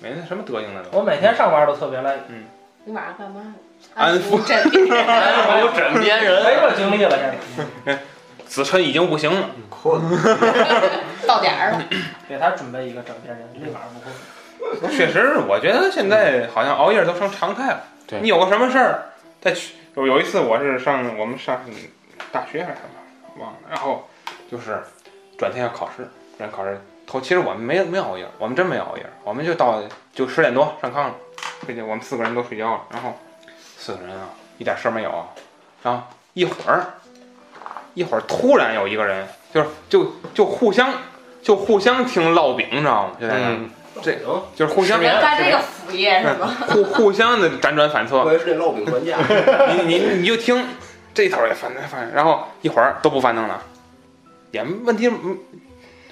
[SPEAKER 1] 没那什么德行的呢？
[SPEAKER 10] 我每天上班都特别累，
[SPEAKER 1] 嗯，
[SPEAKER 11] 你晚上干嘛？
[SPEAKER 1] 安抚
[SPEAKER 11] 枕边人，
[SPEAKER 1] 安抚枕边人，啊
[SPEAKER 10] 没这精力了现在。
[SPEAKER 1] 子琛已经不行了，
[SPEAKER 3] 困，
[SPEAKER 11] 到点儿了。
[SPEAKER 10] 给他准备一个枕边人，立马不困。
[SPEAKER 1] 确实，我觉得现在好像熬夜都成常态了。
[SPEAKER 9] 对
[SPEAKER 1] 你有个什么事儿，再去有有一次我是上我们上大学还是什么忘了，然后就是转天要考试，转天考试头，其实我们没没熬夜，我们真没熬夜，我们就到就十点多上炕了，睡觉，我们四个人都睡觉了，然后四个人啊一点事儿没有啊，然后一会儿一会儿突然有一个人就是就就互相就互相听烙饼，你知道吗？就在那儿。这就是互相嗯
[SPEAKER 11] 能干这个副
[SPEAKER 8] 哎
[SPEAKER 11] 业是吗？
[SPEAKER 1] 互互相的辗转反侧。我
[SPEAKER 3] 也是这烙饼专家。
[SPEAKER 1] 你 你你就听这头也翻腾翻腾，然后一会儿都不翻腾了，也问题嗯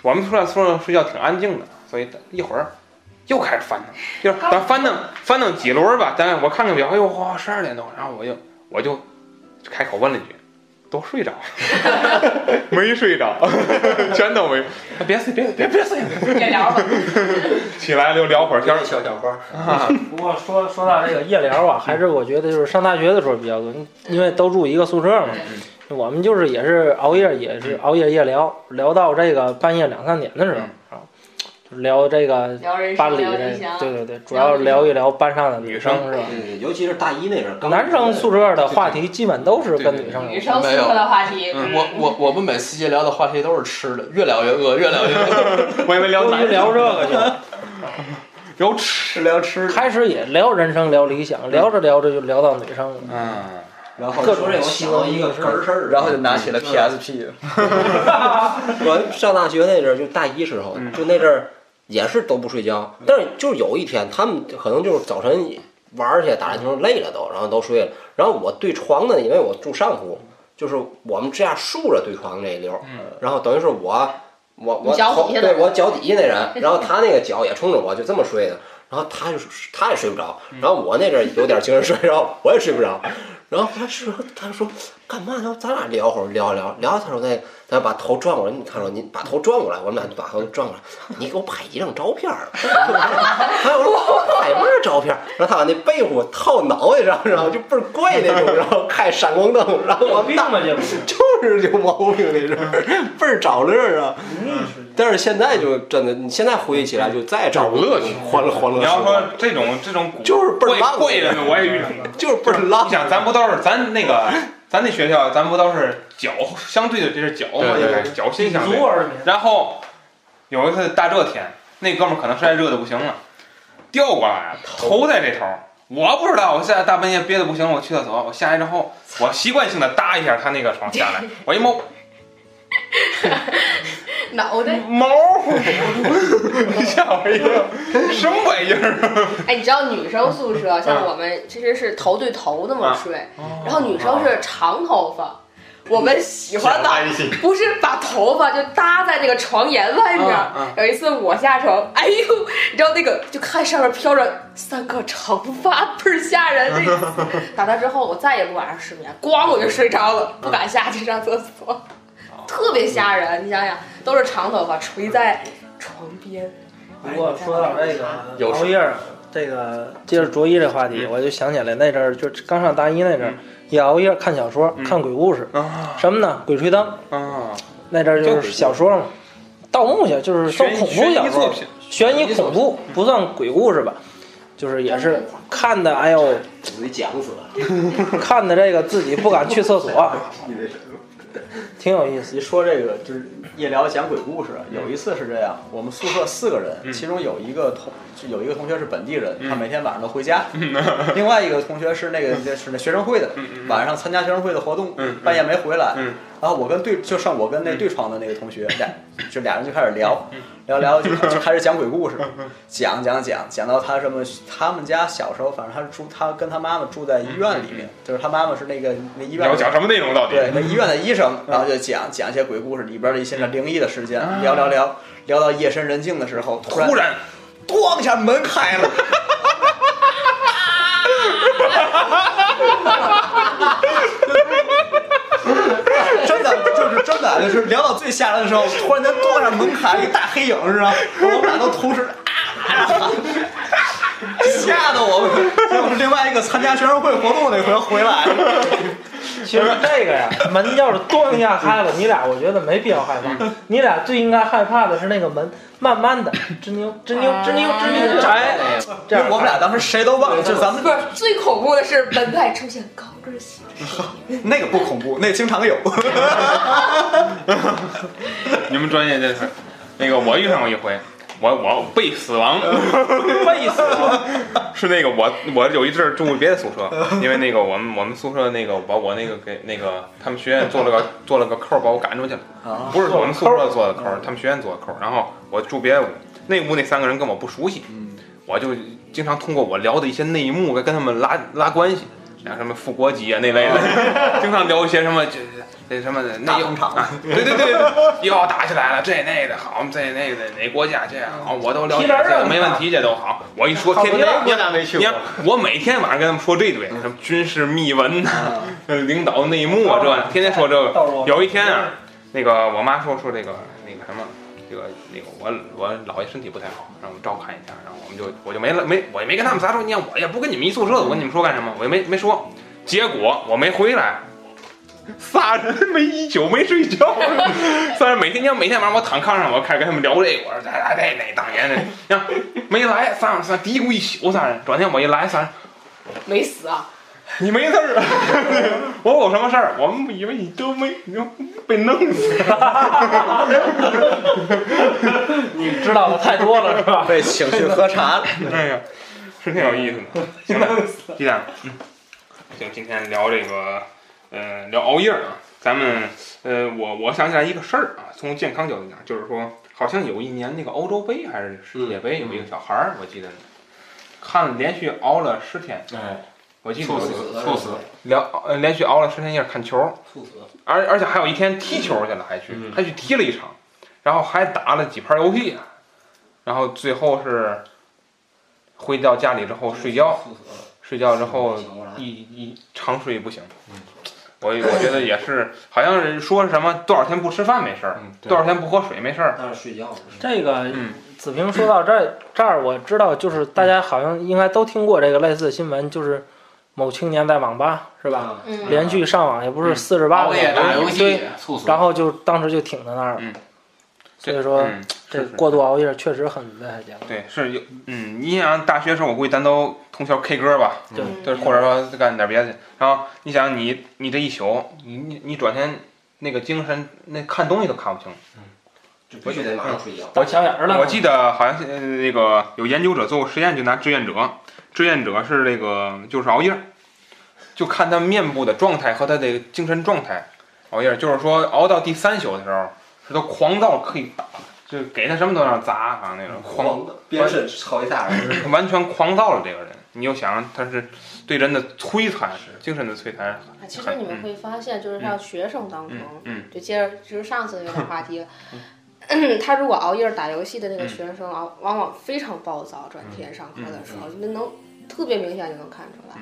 [SPEAKER 1] 我们出来说睡觉挺安静的，所以一会儿又开始翻腾，就是咱翻腾翻腾几轮吧，咱我看看表，哎呦，哇，十二点多，然后我就我就开口问了一句。都睡着了， 没睡着， 全都没。别睡，别别 别睡，
[SPEAKER 11] 也聊吧。
[SPEAKER 1] 起来就聊会儿天儿，
[SPEAKER 3] 小小花
[SPEAKER 1] 啊，
[SPEAKER 10] 不过说说到这个夜聊啊，还是我觉得就是上大学的时候比较多，因为都住一个宿舍嘛。
[SPEAKER 11] 嗯
[SPEAKER 10] 我们就是也是熬夜，也是熬夜夜聊，聊到这个半夜两三点的时候啊，就是聊这个
[SPEAKER 11] 嗯聊人生
[SPEAKER 10] 班里
[SPEAKER 11] 聊
[SPEAKER 10] 这
[SPEAKER 11] 理想，
[SPEAKER 10] 对对对，主要聊一聊班上的女生是吧？
[SPEAKER 3] 对，尤其是大一那阵，刚
[SPEAKER 10] 男生宿舍的话题基本都是跟女生有
[SPEAKER 11] 女生宿舍的话题，
[SPEAKER 9] 嗯我我我们每次节聊的话题都是吃的，越聊越饿，越聊越饿。
[SPEAKER 1] 我以为聊
[SPEAKER 10] 关于聊这个就
[SPEAKER 1] 聊吃
[SPEAKER 3] 聊吃，
[SPEAKER 10] 开始也聊人生聊理想，聊着聊着就聊到女生了，
[SPEAKER 1] 嗯，
[SPEAKER 6] 然
[SPEAKER 3] 后
[SPEAKER 10] 各
[SPEAKER 3] 说
[SPEAKER 10] 种
[SPEAKER 3] 这我
[SPEAKER 10] 奇
[SPEAKER 3] 想到
[SPEAKER 10] 闻
[SPEAKER 3] 一个
[SPEAKER 10] 异事
[SPEAKER 3] 哏儿事 儿，
[SPEAKER 6] 然后就拿起了
[SPEAKER 3] 嗯
[SPEAKER 6] PSP。
[SPEAKER 3] 我上大学那阵儿，就大一时候，
[SPEAKER 9] 嗯
[SPEAKER 3] 就那阵儿也是都不睡觉，但是就是有一天，他们可能就是早晨玩儿去打篮球累了都，然后都睡了。然后我对床呢，因为我住上铺，就是我们这样竖着对床这一溜儿，
[SPEAKER 9] 嗯
[SPEAKER 3] 然后等于是我我我
[SPEAKER 11] 你脚
[SPEAKER 3] 头
[SPEAKER 11] 底下的
[SPEAKER 3] 对
[SPEAKER 11] 人
[SPEAKER 3] 我脚底下那人，然后他那个脚也冲着我，就这么睡的。然后他就他也睡不着，
[SPEAKER 11] 嗯
[SPEAKER 3] 然后我那阵儿有点精神睡，然后我也睡不着。然后他是他说干嘛呢？咱俩聊会儿，聊一聊，聊。他说那咱把头转过来，你看着你把头转过来，我们俩就把头转过来，你给我拍一张照片儿。哎，我说拍什么照片儿？然后他把那被窝套脑袋上，然后就倍儿怪那种，然后开闪光灯，然后我们大 就是有毛病那种，倍儿找乐儿啊。但是现在就真的，你现在回忆起来就再也找不乐趣，欢乐欢乐。
[SPEAKER 1] 你要说这种这种
[SPEAKER 3] 就是倍儿
[SPEAKER 1] 贵
[SPEAKER 3] 浪
[SPEAKER 1] 贵人我也遇上 过，
[SPEAKER 3] 就是倍儿浪。
[SPEAKER 1] 你想，咱不都是咱那个咱那学校，咱不都是脚相对的这是脚嘛，
[SPEAKER 9] 对
[SPEAKER 1] 应
[SPEAKER 9] 对
[SPEAKER 1] 该
[SPEAKER 9] 对
[SPEAKER 1] 脚心相对
[SPEAKER 9] 足而。
[SPEAKER 1] 然后有一次大热天，那哥们儿可能实在热的不行了，调过来了，啊头在这头儿。我不知道，我现在大半夜憋的不行了，我去厕所，我下来之后，我习惯性的搭一下他那个床下 来，我一摸，
[SPEAKER 8] 脑袋
[SPEAKER 1] 毛，吓我一跳，什么玩意儿？啊
[SPEAKER 8] 哎，你知道女生宿
[SPEAKER 7] 嗯
[SPEAKER 8] 舍像我们其实是头对头那
[SPEAKER 7] 啊
[SPEAKER 8] 么睡，
[SPEAKER 10] 哦
[SPEAKER 8] 然后女生是长头发，我们喜欢把
[SPEAKER 7] 想在一起
[SPEAKER 8] 不是把头发就搭在那个床沿外面
[SPEAKER 7] 嗯嗯。
[SPEAKER 8] 有一次我下床，哎呦，你知道那个就看上面飘着三个长发，倍儿吓人。那个打他之后，我再也不晚上失眠，咣我就睡着了，
[SPEAKER 7] 嗯
[SPEAKER 8] 不敢下去上厕所，特别吓人。你想想，都是长头发垂在床边。
[SPEAKER 10] 不过说到这个熬夜儿，这个接着卓一这话题，我就想起来那阵儿，就刚上大一那
[SPEAKER 1] 嗯
[SPEAKER 10] 阵儿，也熬夜看小说，看鬼故事，什么呢？鬼吹灯，
[SPEAKER 1] 啊，
[SPEAKER 10] 那阵儿就是小说嘛，盗墓去，就是算恐怖小说，悬疑恐怖不算鬼故事吧，就是也是看的，哎呦，
[SPEAKER 3] 自己讲死了，
[SPEAKER 10] 看的这个自己不敢去厕所，啊
[SPEAKER 6] 你这是。
[SPEAKER 10] 挺有意思。
[SPEAKER 6] 一说这个就是夜聊讲鬼故事，有一次是这样，我们宿舍四个
[SPEAKER 1] 嗯
[SPEAKER 6] 人，其中有一个同就有一个同学是本地人，他每天晚上都回家；
[SPEAKER 1] 嗯
[SPEAKER 6] 另外一个同学是那个是那学生会的，晚上参加学生会的活动，
[SPEAKER 1] 嗯
[SPEAKER 6] 半夜没回来。然后我跟对就剩我跟那对床的那个同学 俩，就俩人就开始聊，
[SPEAKER 1] 嗯
[SPEAKER 6] 聊聊就就开始讲鬼故事，讲讲讲讲到他什么，他们家小时候反正他住他跟他妈妈住在医院
[SPEAKER 1] 嗯
[SPEAKER 6] 里面，就是他妈妈是那个那医
[SPEAKER 1] 你
[SPEAKER 6] 院
[SPEAKER 1] 要讲什么内容到底？
[SPEAKER 6] 对，那医院的医生，然后就讲讲一些鬼故事里边的一些灵异的事件，聊聊聊聊到夜深人静的时候，突然
[SPEAKER 1] 突然
[SPEAKER 6] 咣一下门开了，真的就是真的就是聊到最吓人的时候，突然间咣一下门开了，一大黑影是吧？我们俩都同时啊，吓得我们，结果是另外一个参加学生会活动那回回来了。
[SPEAKER 10] 其实这个呀，门要是咣一下开了，你俩我觉得没必要害怕。你俩最应该害怕的是那个门慢慢的吱扭吱扭
[SPEAKER 3] 啊
[SPEAKER 10] 吱扭吱扭
[SPEAKER 6] 哎
[SPEAKER 10] 窄，这样
[SPEAKER 6] 我们俩当时谁都忘了，就咱们
[SPEAKER 8] 不是最恐怖的是门外出现高跟鞋，
[SPEAKER 6] 那个不恐怖，那个经常有。
[SPEAKER 1] 你们专业这是，那个我遇上过一回，我我被死 亡，
[SPEAKER 10] 被死亡，
[SPEAKER 1] 是那个我我有一阵儿住别的 宿舍，因为那个我们我们宿舍那个把我那个给那个他们学院做了个做了个扣儿，把我赶出去了，不是我们宿舍做的啊扣儿，他们学院做的扣儿，然后我住别的屋，那屋那三个人跟我不熟悉，我就经常通过我聊的一些内幕跟跟他们拉拉关系。像什么副国级啊那类 的，经常聊一些什么这这什么的那又啊，对对对， 又要打起来了，这那的好，这那的哪国家这样好，我都了解，
[SPEAKER 9] 提篮儿啊
[SPEAKER 1] 这个没问题，这都好。我一说，
[SPEAKER 9] 好
[SPEAKER 1] 天
[SPEAKER 9] 我哪
[SPEAKER 1] 天
[SPEAKER 9] 个国家没去过嗯
[SPEAKER 1] 你看我每天晚上跟他们说这堆什么军事秘闻呐、领导内幕啊，这天天说这
[SPEAKER 9] 到时候
[SPEAKER 1] 个
[SPEAKER 9] 我。
[SPEAKER 1] 有一天啊，那个我妈说说这个那个什么，这个那个我我姥爷身体不太好，让我照看一下，然后我们就我就没了没我也没跟他们仨说，你看我也不跟你们一宿舍的，我跟你们说干什么？我也没没说。结果我没回来，仨人没一宿没睡觉，仨人每天你看每天晚上我躺炕上，我开始跟他们聊这个，我说哎哎哎哪当年的，你看没来，仨仨嘀咕一宿，仨人，转天我一来，仨人
[SPEAKER 8] 没死啊！
[SPEAKER 1] 你没事儿啊， 我有什么事儿？我们以为你都没，你就被弄死了。
[SPEAKER 10] 你知道的太多了是吧？
[SPEAKER 6] 被请去喝茶了。
[SPEAKER 1] 哎呀，是挺有意思的。行了，鸡蛋，嗯，行，今天聊这个，呃，聊熬夜儿啊。咱们，呃，我我想起来一个事儿啊，从健康角度讲，就是说，好像有一年那个欧洲杯还
[SPEAKER 9] 嗯
[SPEAKER 1] 是世界杯，有一个小孩儿，我记得看连续熬了十天，
[SPEAKER 9] 哎，
[SPEAKER 1] 我记得
[SPEAKER 9] 猝死
[SPEAKER 1] 猝死，连呃连续熬了十天夜看球，
[SPEAKER 3] 猝死，
[SPEAKER 1] 而而且还有一天踢球去了，还
[SPEAKER 3] 嗯
[SPEAKER 1] 去还去踢了一场，然后还打了几盘游戏，啊然后最后是回到家里之后睡觉，睡觉之后一一长睡不醒。
[SPEAKER 3] 嗯
[SPEAKER 1] 我我觉得也是，好像是说什么多少天不吃饭没事儿，多少天不喝水没事儿，
[SPEAKER 3] 嗯但是睡觉
[SPEAKER 10] 这个
[SPEAKER 7] 嗯
[SPEAKER 10] 子平说到这 儿这儿，我知道就是大家好像应该都听过这个类似的新闻，就是某青年在网吧是吧？
[SPEAKER 7] 嗯
[SPEAKER 10] 连续上网也不是四十八
[SPEAKER 7] 熬夜打游戏猝死嗯
[SPEAKER 10] 然后就当时就挺在那儿了。所以说
[SPEAKER 1] 嗯
[SPEAKER 10] 这过度熬夜确实很危害健康。
[SPEAKER 1] 对，是有，嗯，你想大学时候，我估计咱都通宵 K 歌吧，
[SPEAKER 10] 对
[SPEAKER 1] 就是或者说干点别的去。然后你想你你这一宿，你你你转天那个精神，那看东西都看不清了。
[SPEAKER 3] 就必须得马上睡觉。
[SPEAKER 1] 我
[SPEAKER 10] 小眼儿
[SPEAKER 3] 了
[SPEAKER 1] 我记得好像是呃那个有研究者做过实验，就拿志愿者，志愿者是那个就是熬夜，就看他面部的状态和他的精神状态。熬夜就是说熬到第三宿的时候，是他狂躁可以打，就是给他什么都让砸，好像那
[SPEAKER 3] 嗯
[SPEAKER 1] 种狂
[SPEAKER 3] 边是超一大人。
[SPEAKER 1] 完全狂躁了这个人。你又想他是对人的摧残，精神的摧残。
[SPEAKER 8] 啊其实你们会发现，就是像学生当中，
[SPEAKER 1] 嗯
[SPEAKER 8] 就接着就是上次那个话题了。
[SPEAKER 10] 嗯
[SPEAKER 8] 嗯他如果熬夜打游戏的那个学生啊，往往非常暴躁。转
[SPEAKER 10] 嗯
[SPEAKER 8] 天上课的时候，那能特别明显就能看出来。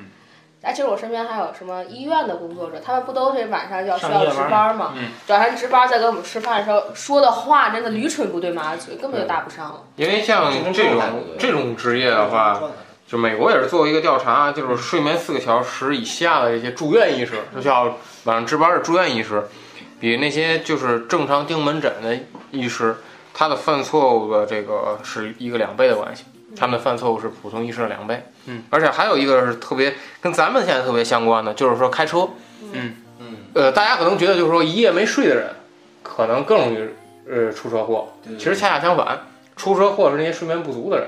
[SPEAKER 8] 哎，其实我身边还有什么医院的工作者，他们不都是晚上要需
[SPEAKER 10] 上
[SPEAKER 8] 要
[SPEAKER 10] 夜
[SPEAKER 8] 值
[SPEAKER 10] 班
[SPEAKER 8] 班吗？
[SPEAKER 1] 嗯
[SPEAKER 8] 早上值班再跟我们吃饭的时候说的话，真的驴唇不对马嘴，根
[SPEAKER 10] 嗯
[SPEAKER 8] 本就搭不上了。
[SPEAKER 9] 因为像这种这种职业的话，就美国也是做一个调查，就是睡眠四个小时以下的这些住院医师，就叫晚上值班的住院医师，比那些就是正常盯门诊的医师，他的犯错误的这个是一个两倍的关系，他们的犯错误是普通医师的两倍。
[SPEAKER 1] 嗯，
[SPEAKER 9] 而且还有一个是特别跟咱们现在特别相关的，就是说开车。
[SPEAKER 1] 嗯
[SPEAKER 3] 嗯，
[SPEAKER 9] 呃，大家可能觉得就是说一夜没睡的人，可能更容易呃出车祸。其实恰恰相反，出车祸是那些睡眠不足的人，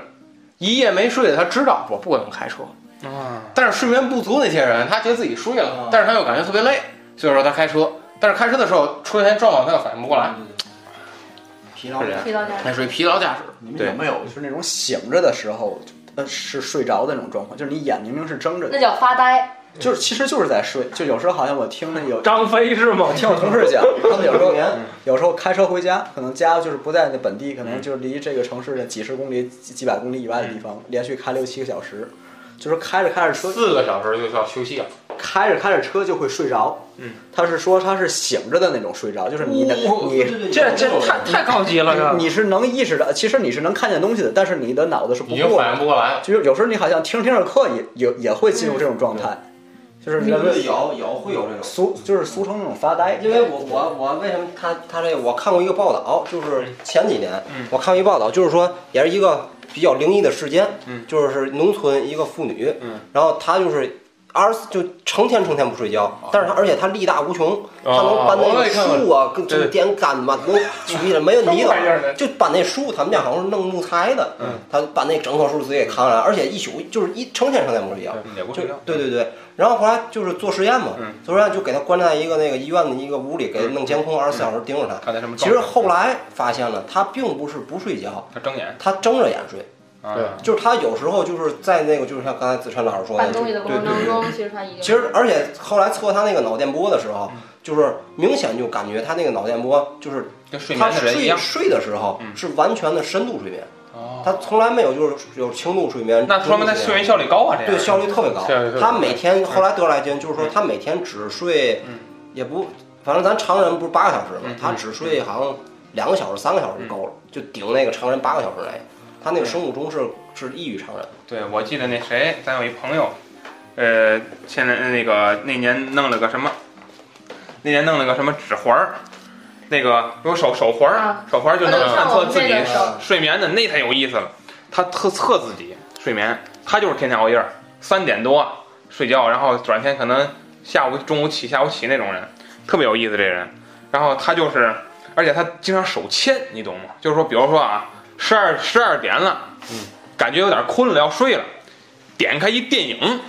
[SPEAKER 9] 一夜没睡的他知道我不能开车，
[SPEAKER 1] 啊，
[SPEAKER 9] 但是睡眠不足那些人，他觉得自己睡了，但是他又感觉特别累，所以说他开车，但是开车的时候出现状况他又反应不过来，
[SPEAKER 3] 疲
[SPEAKER 9] 劳
[SPEAKER 6] 疲劳驾驶
[SPEAKER 9] 那属于疲劳驾驶。对，
[SPEAKER 6] 没有，就是那种醒着的时候，就呃，是睡着的那种状况，就是你眼明明是睁着的，
[SPEAKER 8] 那叫发呆。
[SPEAKER 6] 就是其实就是在睡。就有时候好像我听那有
[SPEAKER 10] 张飞是吗？
[SPEAKER 6] 听我同事讲，他们有时候嗯有时候开车回家，可能家就是不在那本地，可能就离这个城市的几十公里、几几百公里以外的地方，连续开六七个小时，就是开着开着车，
[SPEAKER 9] 四个小时就叫休息了。
[SPEAKER 6] 开着开着车就会睡着。
[SPEAKER 1] 嗯，
[SPEAKER 6] 他是说他是醒着的那种睡着，就是你的
[SPEAKER 10] 哦
[SPEAKER 6] 你
[SPEAKER 10] 这这太太高级了这
[SPEAKER 6] 你是能意识到，其实你是能看见东西的，但是你的脑子是不
[SPEAKER 9] 已经
[SPEAKER 6] 过
[SPEAKER 9] 反应不过来，
[SPEAKER 6] 就是有时候你好像听着听着课也也也会进入这种状态，就是人们
[SPEAKER 3] 有有会有这种
[SPEAKER 6] 俗就是俗称那种发呆，
[SPEAKER 3] 因为我我我为什么他他这个我看过一个报道，就是前几年
[SPEAKER 6] 嗯
[SPEAKER 3] 我看过一报道，就是说也是一个比较灵异的事件，
[SPEAKER 6] 嗯
[SPEAKER 3] 就是农村一个妇女，然后她就是二十四就成天成天不睡觉，
[SPEAKER 6] 哦
[SPEAKER 3] 但是她而且她力大无穷，她能搬那
[SPEAKER 9] 我
[SPEAKER 3] 个
[SPEAKER 9] 也看过
[SPEAKER 3] 树啊，跟就是电杆嘛，能举起来没问题
[SPEAKER 9] 什么玩意儿呢
[SPEAKER 3] 的，就搬那树，他们家好像是弄木材的，
[SPEAKER 1] 嗯
[SPEAKER 3] 她把那整棵树自己给扛上来，而且一宿就是一成天成天不睡觉，
[SPEAKER 1] 也不嗯
[SPEAKER 3] 睡觉。对对对，然后后来就是做实验嘛，做实验就给他关在一个那个医院的一个屋里，给他弄监控，二十四小时盯着他。
[SPEAKER 1] 嗯看他什么
[SPEAKER 3] 其
[SPEAKER 1] 状态。
[SPEAKER 3] 实后来发现了，他并不是不睡觉，
[SPEAKER 1] 他睁眼，
[SPEAKER 3] 他睁着眼睡。
[SPEAKER 1] 啊
[SPEAKER 3] 就是他有时候就是在那个，就是像刚才子琛老师说的，
[SPEAKER 8] 搬
[SPEAKER 3] 就
[SPEAKER 8] 东西
[SPEAKER 3] 对
[SPEAKER 8] 的过
[SPEAKER 3] 对
[SPEAKER 8] 程当
[SPEAKER 3] 对。
[SPEAKER 8] 中，其实他已经
[SPEAKER 3] 其实，而且后来测他那个脑电波的时
[SPEAKER 1] 嗯
[SPEAKER 3] 候，就是明显就感觉他那个脑电波就是
[SPEAKER 1] 跟睡
[SPEAKER 3] 他
[SPEAKER 1] 眠的人一
[SPEAKER 3] 睡
[SPEAKER 1] 样。嗯哦
[SPEAKER 3] 睡的时候是完全的深度睡眠，他从来没有就是有轻度睡眠。
[SPEAKER 1] 那说明他
[SPEAKER 3] 中度
[SPEAKER 1] 睡眠效率高啊，这样嗯
[SPEAKER 3] 对效率特别高
[SPEAKER 1] 效率特别。高
[SPEAKER 3] 他每天后来得来结论就是说，他每天只睡，
[SPEAKER 1] 嗯
[SPEAKER 3] 也不，反正咱常人不是八个小时嘛，他只睡
[SPEAKER 1] 嗯
[SPEAKER 3] 好像两个小时、三个小时就够了，就顶那个常人八个小时来。他
[SPEAKER 1] 嗯
[SPEAKER 3] 那个生物钟是是异于常人。
[SPEAKER 1] 对，我记得那谁，咱有一朋友，呃，现在那个那年弄了个什么，那年弄了个什么指环儿，那个有手手环儿，啊手环儿就能探测自己睡眠的，那才有意思了。他特测自己睡眠，他就是天天熬夜儿，三点多睡觉，然后转天可能下午中午起下午起那种人，特别有意思这人。然后他就是，而且他经常手欠，你懂吗？就是说，比如说啊，十二十二点了。感觉有点困了，要睡了，点开一电影，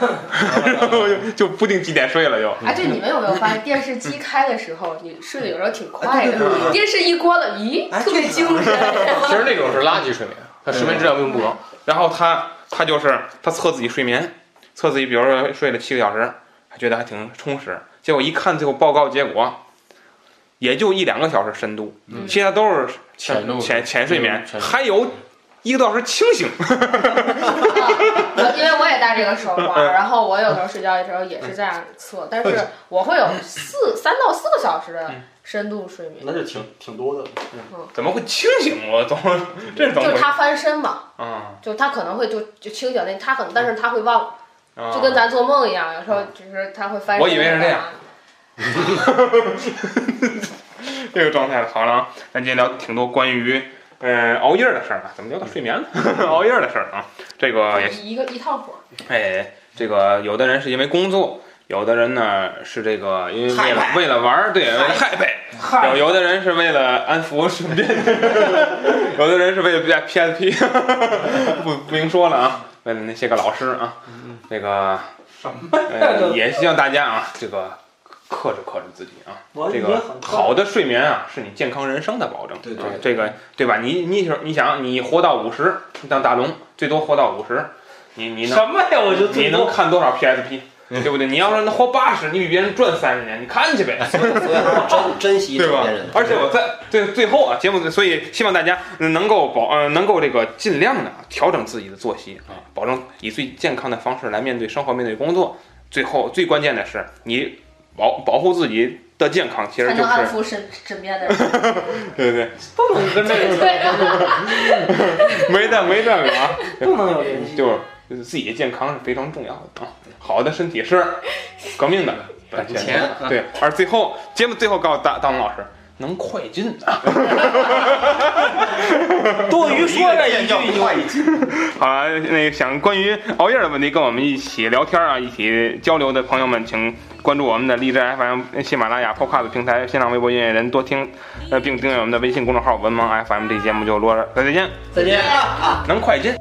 [SPEAKER 1] 就就不定几点睡了就。
[SPEAKER 8] 哎，对，你们有没有发现电视机开的时候，你睡得有时候挺快
[SPEAKER 9] 哎对对对
[SPEAKER 8] 的，
[SPEAKER 9] 对
[SPEAKER 8] 电视一关了，咦，特别精神。
[SPEAKER 9] 其实那种是垃圾睡眠，他睡眠质量并不高。
[SPEAKER 1] 然后他他就是他测自己睡眠，测自己，比如说睡了七个小时，还觉得还挺充实。结果一看最后报告结果，也就一两个小时深度，
[SPEAKER 9] 嗯
[SPEAKER 1] 其他都是
[SPEAKER 9] 浅度
[SPEAKER 1] 浅浅睡眠，
[SPEAKER 9] 浅
[SPEAKER 1] 还有一个多小时清醒。
[SPEAKER 8] 我因为我也戴这个手环，
[SPEAKER 1] 嗯
[SPEAKER 8] 然后我有时候睡觉的时候也是这样测，但是我会有四三到四个小时的深度睡眠，
[SPEAKER 1] 那就挺挺多的
[SPEAKER 8] 嗯
[SPEAKER 1] 怎么会清醒？我怎么 这是怎么回
[SPEAKER 8] 就是
[SPEAKER 1] 事？
[SPEAKER 8] 他翻身嘛，
[SPEAKER 1] 啊，
[SPEAKER 8] 就他可能会就就清醒那，他可能但是他会忘，
[SPEAKER 1] 啊
[SPEAKER 8] 就跟咱做梦一样，有时候就是他会翻身。
[SPEAKER 1] 我以为是这样。 这个状态了。好了，啊，咱今天聊挺多关于嗯、熬夜的事儿啊，怎么聊到睡眠了？ 熬夜的事儿啊，这个也
[SPEAKER 8] 一个一趟火，
[SPEAKER 1] 哎，这个有的人是因为工作，有的人呢是这个因为为了
[SPEAKER 8] 嗨
[SPEAKER 1] 为了玩儿，对，为了嗨呗。有有的人是为了安抚身边的人， 有的人是为了 PSP，不不明说了啊，为了那些个老师啊，这个什么、呃、也希望大家啊，这个克制克制自己啊
[SPEAKER 2] 我，
[SPEAKER 1] 这
[SPEAKER 2] 也
[SPEAKER 1] 个
[SPEAKER 2] 很克制
[SPEAKER 1] 好的睡眠啊，是你健康人生的保证。对
[SPEAKER 2] 对
[SPEAKER 1] 啊、这个对吧？你你想你想，你活到五十，像大龙最多活到五十，你你能
[SPEAKER 9] 什么呀我就最多
[SPEAKER 1] 你能看多少 PSP？对不对？你要是能活八十，你比别人赚三十年，你看去呗。
[SPEAKER 7] 珍 珍惜
[SPEAKER 1] 对吧
[SPEAKER 7] 身边人？
[SPEAKER 1] 而且我在最最后啊，节目最，所以希望大家能够保呃能够这个尽量的调整自己的作息啊，保证以最健康的方式来面对生活，面对工作。最后最关键的是，你保保护自己的健康，其实
[SPEAKER 8] 才
[SPEAKER 1] 就
[SPEAKER 8] 能安抚
[SPEAKER 1] 是
[SPEAKER 8] 身身边的人。
[SPEAKER 1] 对对
[SPEAKER 3] 不能跟这
[SPEAKER 8] 对啊，
[SPEAKER 1] 对， 没的没这个啊，
[SPEAKER 3] 不能有联系，
[SPEAKER 1] 就是 就是自己的健康是非常重要的啊。好的身体是革命的本
[SPEAKER 9] 钱
[SPEAKER 1] 钱，啊对。而最后节目最后告诉大大龙老师，能快进啊。
[SPEAKER 3] 多余说这一句有
[SPEAKER 1] 好了，那个想关于熬夜的问题跟我们一起聊天啊，一起交流的朋友们，请关注我们的荔枝 FM、喜马拉雅、Podcast 平台、新浪微博音乐人多听，呃，并订阅我们的微信公众号“文盲 FM”。这期节目就落这儿，再见，
[SPEAKER 7] 再见。
[SPEAKER 1] 能快进。